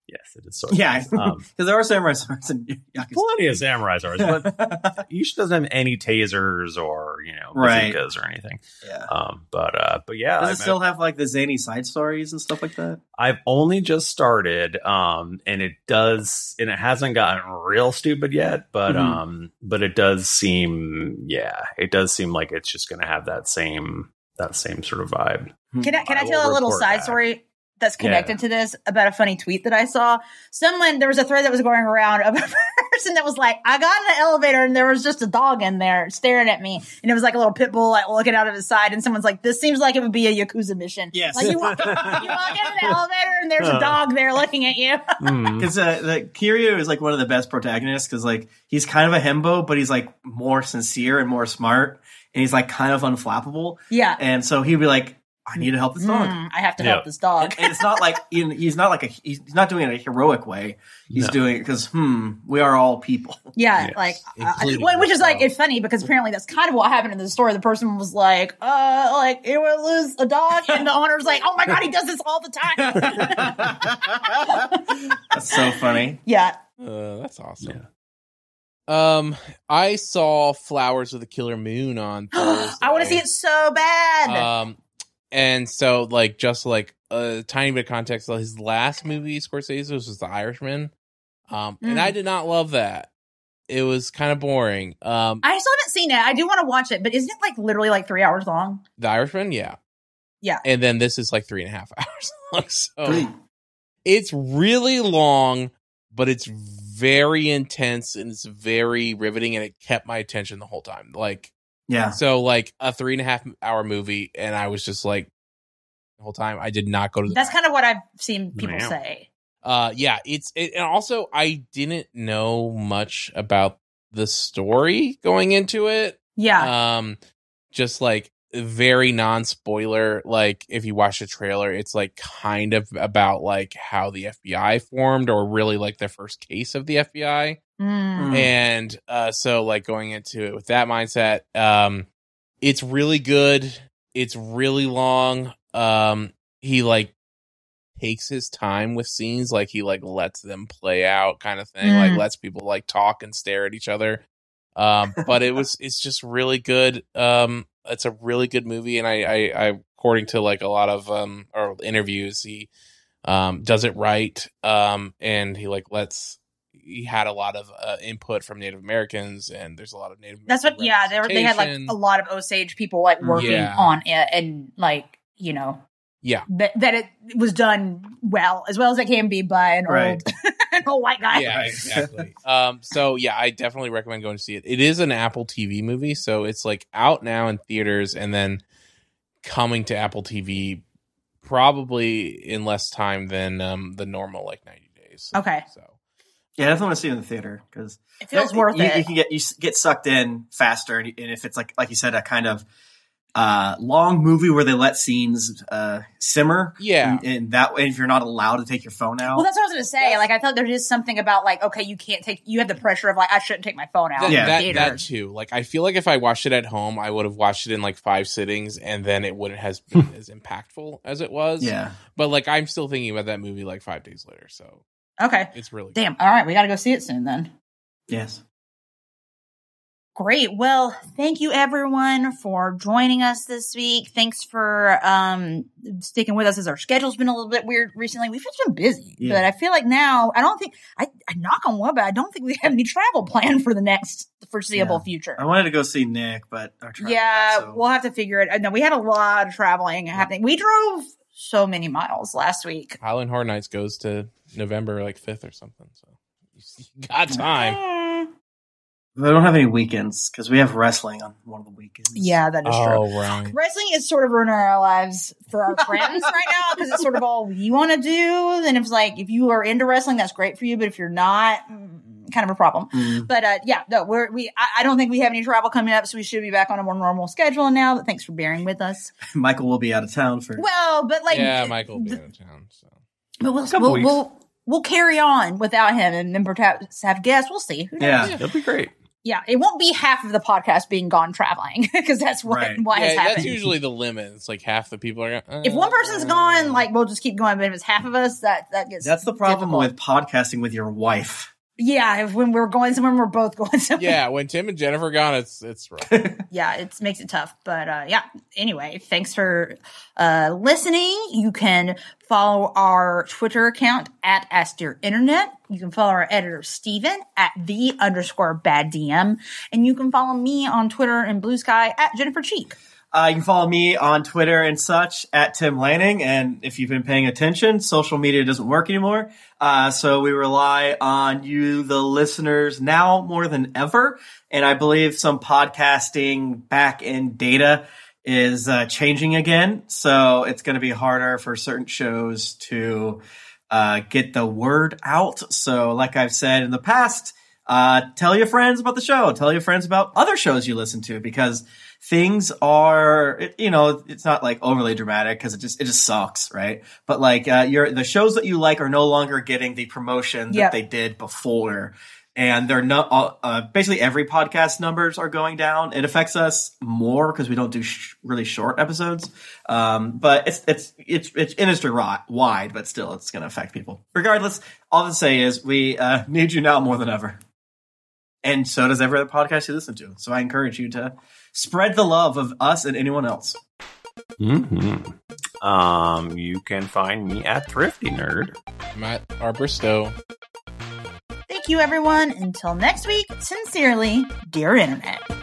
Speaker 6: Yes, it is soy.
Speaker 4: Yeah.
Speaker 6: Um,
Speaker 4: Because there are samurai swords in Yakuza.
Speaker 6: plenty of samurai swords, but Yusha doesn't have any tasers or you know
Speaker 4: Right.
Speaker 6: bazookas or anything.
Speaker 4: yeah.
Speaker 6: Um, but uh, but yeah,
Speaker 4: Does
Speaker 6: I
Speaker 4: it still have like the zany side stories and stuff like that?
Speaker 6: I've only just started, um, and it does, and it hasn't gotten real stupid yet, but
Speaker 4: Mhm.
Speaker 6: um, but it does seem, yeah, it does seem like it's just going to have that same that same sort of vibe.
Speaker 3: Can I can
Speaker 6: I
Speaker 3: I, tell
Speaker 6: will
Speaker 3: a little
Speaker 6: report
Speaker 3: side
Speaker 6: back.
Speaker 3: story that's connected to this about a funny tweet that I saw? Someone there was a thread that was going around of a person that was like, "I got in the elevator and there was just a dog in there staring at me, and it was like a little pit bull like looking out of his side." And someone's like, "This seems like it would be a yakuza mission."
Speaker 4: Yes.
Speaker 3: like you walk, you walk in an elevator and there's a dog there looking at you.
Speaker 6: Mm.
Speaker 4: Because uh, like, Kiryu is like one of the best protagonists because like he's kind of a himbo, but he's like more sincere and more smart, and he's like kind of unflappable.
Speaker 3: yeah,
Speaker 4: And so he'd be like, "I need to help this dog."
Speaker 3: Mm, I have to
Speaker 6: Yeah.
Speaker 3: help this dog.
Speaker 4: And, and it's not like in, he's not like a he's he's not doing it in a heroic way. He's
Speaker 6: No.
Speaker 4: doing it because hmm, we are all people.
Speaker 3: Yeah,
Speaker 6: Yes.
Speaker 3: like, uh,
Speaker 5: Including
Speaker 3: well, which is like,
Speaker 5: yourself.
Speaker 3: it's funny because apparently that's kind of what happened in the story. The person was like, uh, like, it would lose a dog. And the owner's like, oh my God, he does this all the time.
Speaker 4: That's so funny.
Speaker 3: yeah.
Speaker 5: Uh, that's awesome. Um, I saw Flowers of the Killer Moon on. Thursday.
Speaker 3: I want to see it so bad.
Speaker 5: Um, and so like just like a tiny bit of context, like, his last movie Scorsese was just The Irishman. Um,
Speaker 3: Mm.
Speaker 5: and I did not love that. It was kind of boring. Um,
Speaker 3: I still haven't seen it. I do want to watch it, but isn't it like literally like three hours long?
Speaker 5: The Irishman, yeah,
Speaker 3: Yeah.
Speaker 5: And then this is like three and a half hours long, so
Speaker 4: Three.
Speaker 5: it's really long, but it's very intense and it's very riveting, and it kept my attention the whole time. Like
Speaker 4: Yeah.
Speaker 5: so, like a three and a half hour movie, and I was just like the whole time I did not go to the
Speaker 3: That's kind of what I've seen people
Speaker 6: Yeah.
Speaker 3: say.
Speaker 5: uh yeah it's it, and also i didn't know much about the story going into it
Speaker 3: Yeah.
Speaker 5: um just like very non spoiler like if you watch the trailer it's like kind of about like how the fbi formed or really like the first case of the fbi
Speaker 3: Mm.
Speaker 4: Mm.
Speaker 5: and uh so like going into it with that mindset um it's really good it's really long um he like takes his time with scenes like he like lets them play out kind of thing like
Speaker 3: Mm.
Speaker 5: lets people like talk and stare at each other um but it was it's just really good um it's a really good movie and i i, I according to like a lot of um or interviews he um does it right um and he like lets he had a lot of uh, input from native americans and there's a lot of native
Speaker 3: That's what,
Speaker 5: American
Speaker 3: yeah. They, were, they had like
Speaker 5: representation.
Speaker 3: a lot of Osage people like working
Speaker 5: Yeah.
Speaker 3: on it and like, you know,
Speaker 5: yeah
Speaker 3: that, that it was done well, as well as it can be by an
Speaker 4: Right.
Speaker 3: old an old white guy.
Speaker 5: yeah,
Speaker 4: Right.
Speaker 5: exactly. um, so yeah, I definitely recommend going to see it. It is an Apple TV movie, so it's like out now in theaters, and then coming to Apple TV probably in less time than um, the normal, like ninety days.
Speaker 3: Okay.
Speaker 5: so
Speaker 4: Yeah, I definitely want to see it in the theater because
Speaker 3: It feels
Speaker 4: you,
Speaker 3: worth
Speaker 4: you,
Speaker 3: it.
Speaker 4: You can get you s- get sucked in faster, and, and if it's like like you said, a kind of uh, long movie where they let scenes uh, simmer,
Speaker 5: yeah,
Speaker 4: and, and that way, if you're not allowed to take your phone out,
Speaker 3: well, that's what I was going to say. Like, I thought there is something about like, okay, you can't take. You have the pressure of like, I shouldn't take my phone out.
Speaker 5: that,
Speaker 4: Yeah.
Speaker 5: that,
Speaker 3: Theater.
Speaker 5: that too. Like I feel like if I watched it at home, I would have watched it in like five sittings, and then it wouldn't has been as impactful as it was.
Speaker 4: yeah,
Speaker 5: but like I'm still thinking about that movie like five days later, so
Speaker 3: Okay.
Speaker 5: it's really good.
Speaker 3: Damn. All right, we got to go see it soon then.
Speaker 4: yes,
Speaker 3: Great. Well, thank you everyone for joining us this week. Thanks for um sticking with us as our schedule's been a little bit weird recently. We've just been busy,
Speaker 4: Yeah.
Speaker 3: but I feel like now I don't think I, I knock on wood, but I don't think we have any travel planned for the next foreseeable
Speaker 4: Yeah.
Speaker 3: future.
Speaker 4: I wanted to go see Nick, but our travel
Speaker 3: yeah,
Speaker 4: got so-
Speaker 3: we'll have to figure it. No, we had a lot of traveling happening. We drove so many miles last week.
Speaker 5: Highland Horror Nights goes to November like fifth or something. So you got time.
Speaker 4: Oh,
Speaker 3: Mm.
Speaker 4: I don't have any weekends because we have wrestling on one of the weekends.
Speaker 3: Yeah, that is
Speaker 4: Oh,
Speaker 3: true.
Speaker 5: right.
Speaker 3: Wrestling is sort of ruining our lives for our friends right now because it's sort of all you want to do. And if it's like if you are into wrestling, that's great for you. But if you're not, mm, kind of a problem.
Speaker 4: Mm.
Speaker 3: But uh, yeah, no, we're we. I, I don't think we have any travel coming up, so we should be back on a more normal schedule now. But thanks for bearing with us.
Speaker 4: Michael will be out of town for
Speaker 3: Well, but like,
Speaker 5: yeah, Michael will be out of town. So
Speaker 3: but we'll
Speaker 6: Couple
Speaker 3: we'll,
Speaker 6: weeks.
Speaker 3: we'll we'll carry on without him, and then perhaps have guests. We'll see. Who knows?
Speaker 4: yeah.
Speaker 6: That'd be great.
Speaker 3: yeah, it won't be half of the podcast being gone traveling because that's what
Speaker 4: Right.
Speaker 3: why it's
Speaker 5: Yeah,
Speaker 3: happening.
Speaker 5: that's usually the limit. It's like half the people are. "Uh, Gonna,
Speaker 3: if one person's gone, like we'll just keep going. But if it's half of us, that that gets
Speaker 4: That's the problem
Speaker 3: difficult.
Speaker 4: with podcasting with your wife.
Speaker 3: yeah. If when we're going somewhere, we're both going somewhere.
Speaker 5: yeah, when Tim and Jennifer are gone, it's it's rough.
Speaker 3: yeah, it makes it tough. But uh, yeah, anyway, thanks for uh, listening. You can follow our Twitter account at Ask Dear Internet. You can follow our editor, Steven, at the underscore bad DM. And you can follow me on Twitter and Blue Sky at Jennifer Cheek.
Speaker 4: Uh, you can follow me on Twitter and such at Tim Lanning. And if you've been paying attention, social media doesn't work anymore. Uh, so we rely on you, the listeners, now more than ever. And I believe some podcasting back end data is uh, changing again. So it's going to be harder for certain shows to uh, get the word out. So, like I've said in the past, uh, tell your friends about the show. Tell your friends about other shows you listen to because things are, it, you know, it's not like overly dramatic because it just it just sucks, right? But like, uh, your the shows that you like are no longer getting the promotion that
Speaker 3: Yep.
Speaker 4: they did before. And they're not all, uh, basically every podcast numbers are going down. It affects us more because we don't do sh- really short episodes. Um, but it's it's it's it's industry ri- wide, but still, it's going to affect people. Regardless, all to say is we uh, need you now more than ever, and so does every other podcast you listen to. So I encourage you to spread the love of us and anyone else.
Speaker 6: Mm-hmm. Um, you can find me at Thrifty Nerd.
Speaker 5: Matt Arbristow.
Speaker 3: Thank you, everyone. Until next week, sincerely, Dear Internet.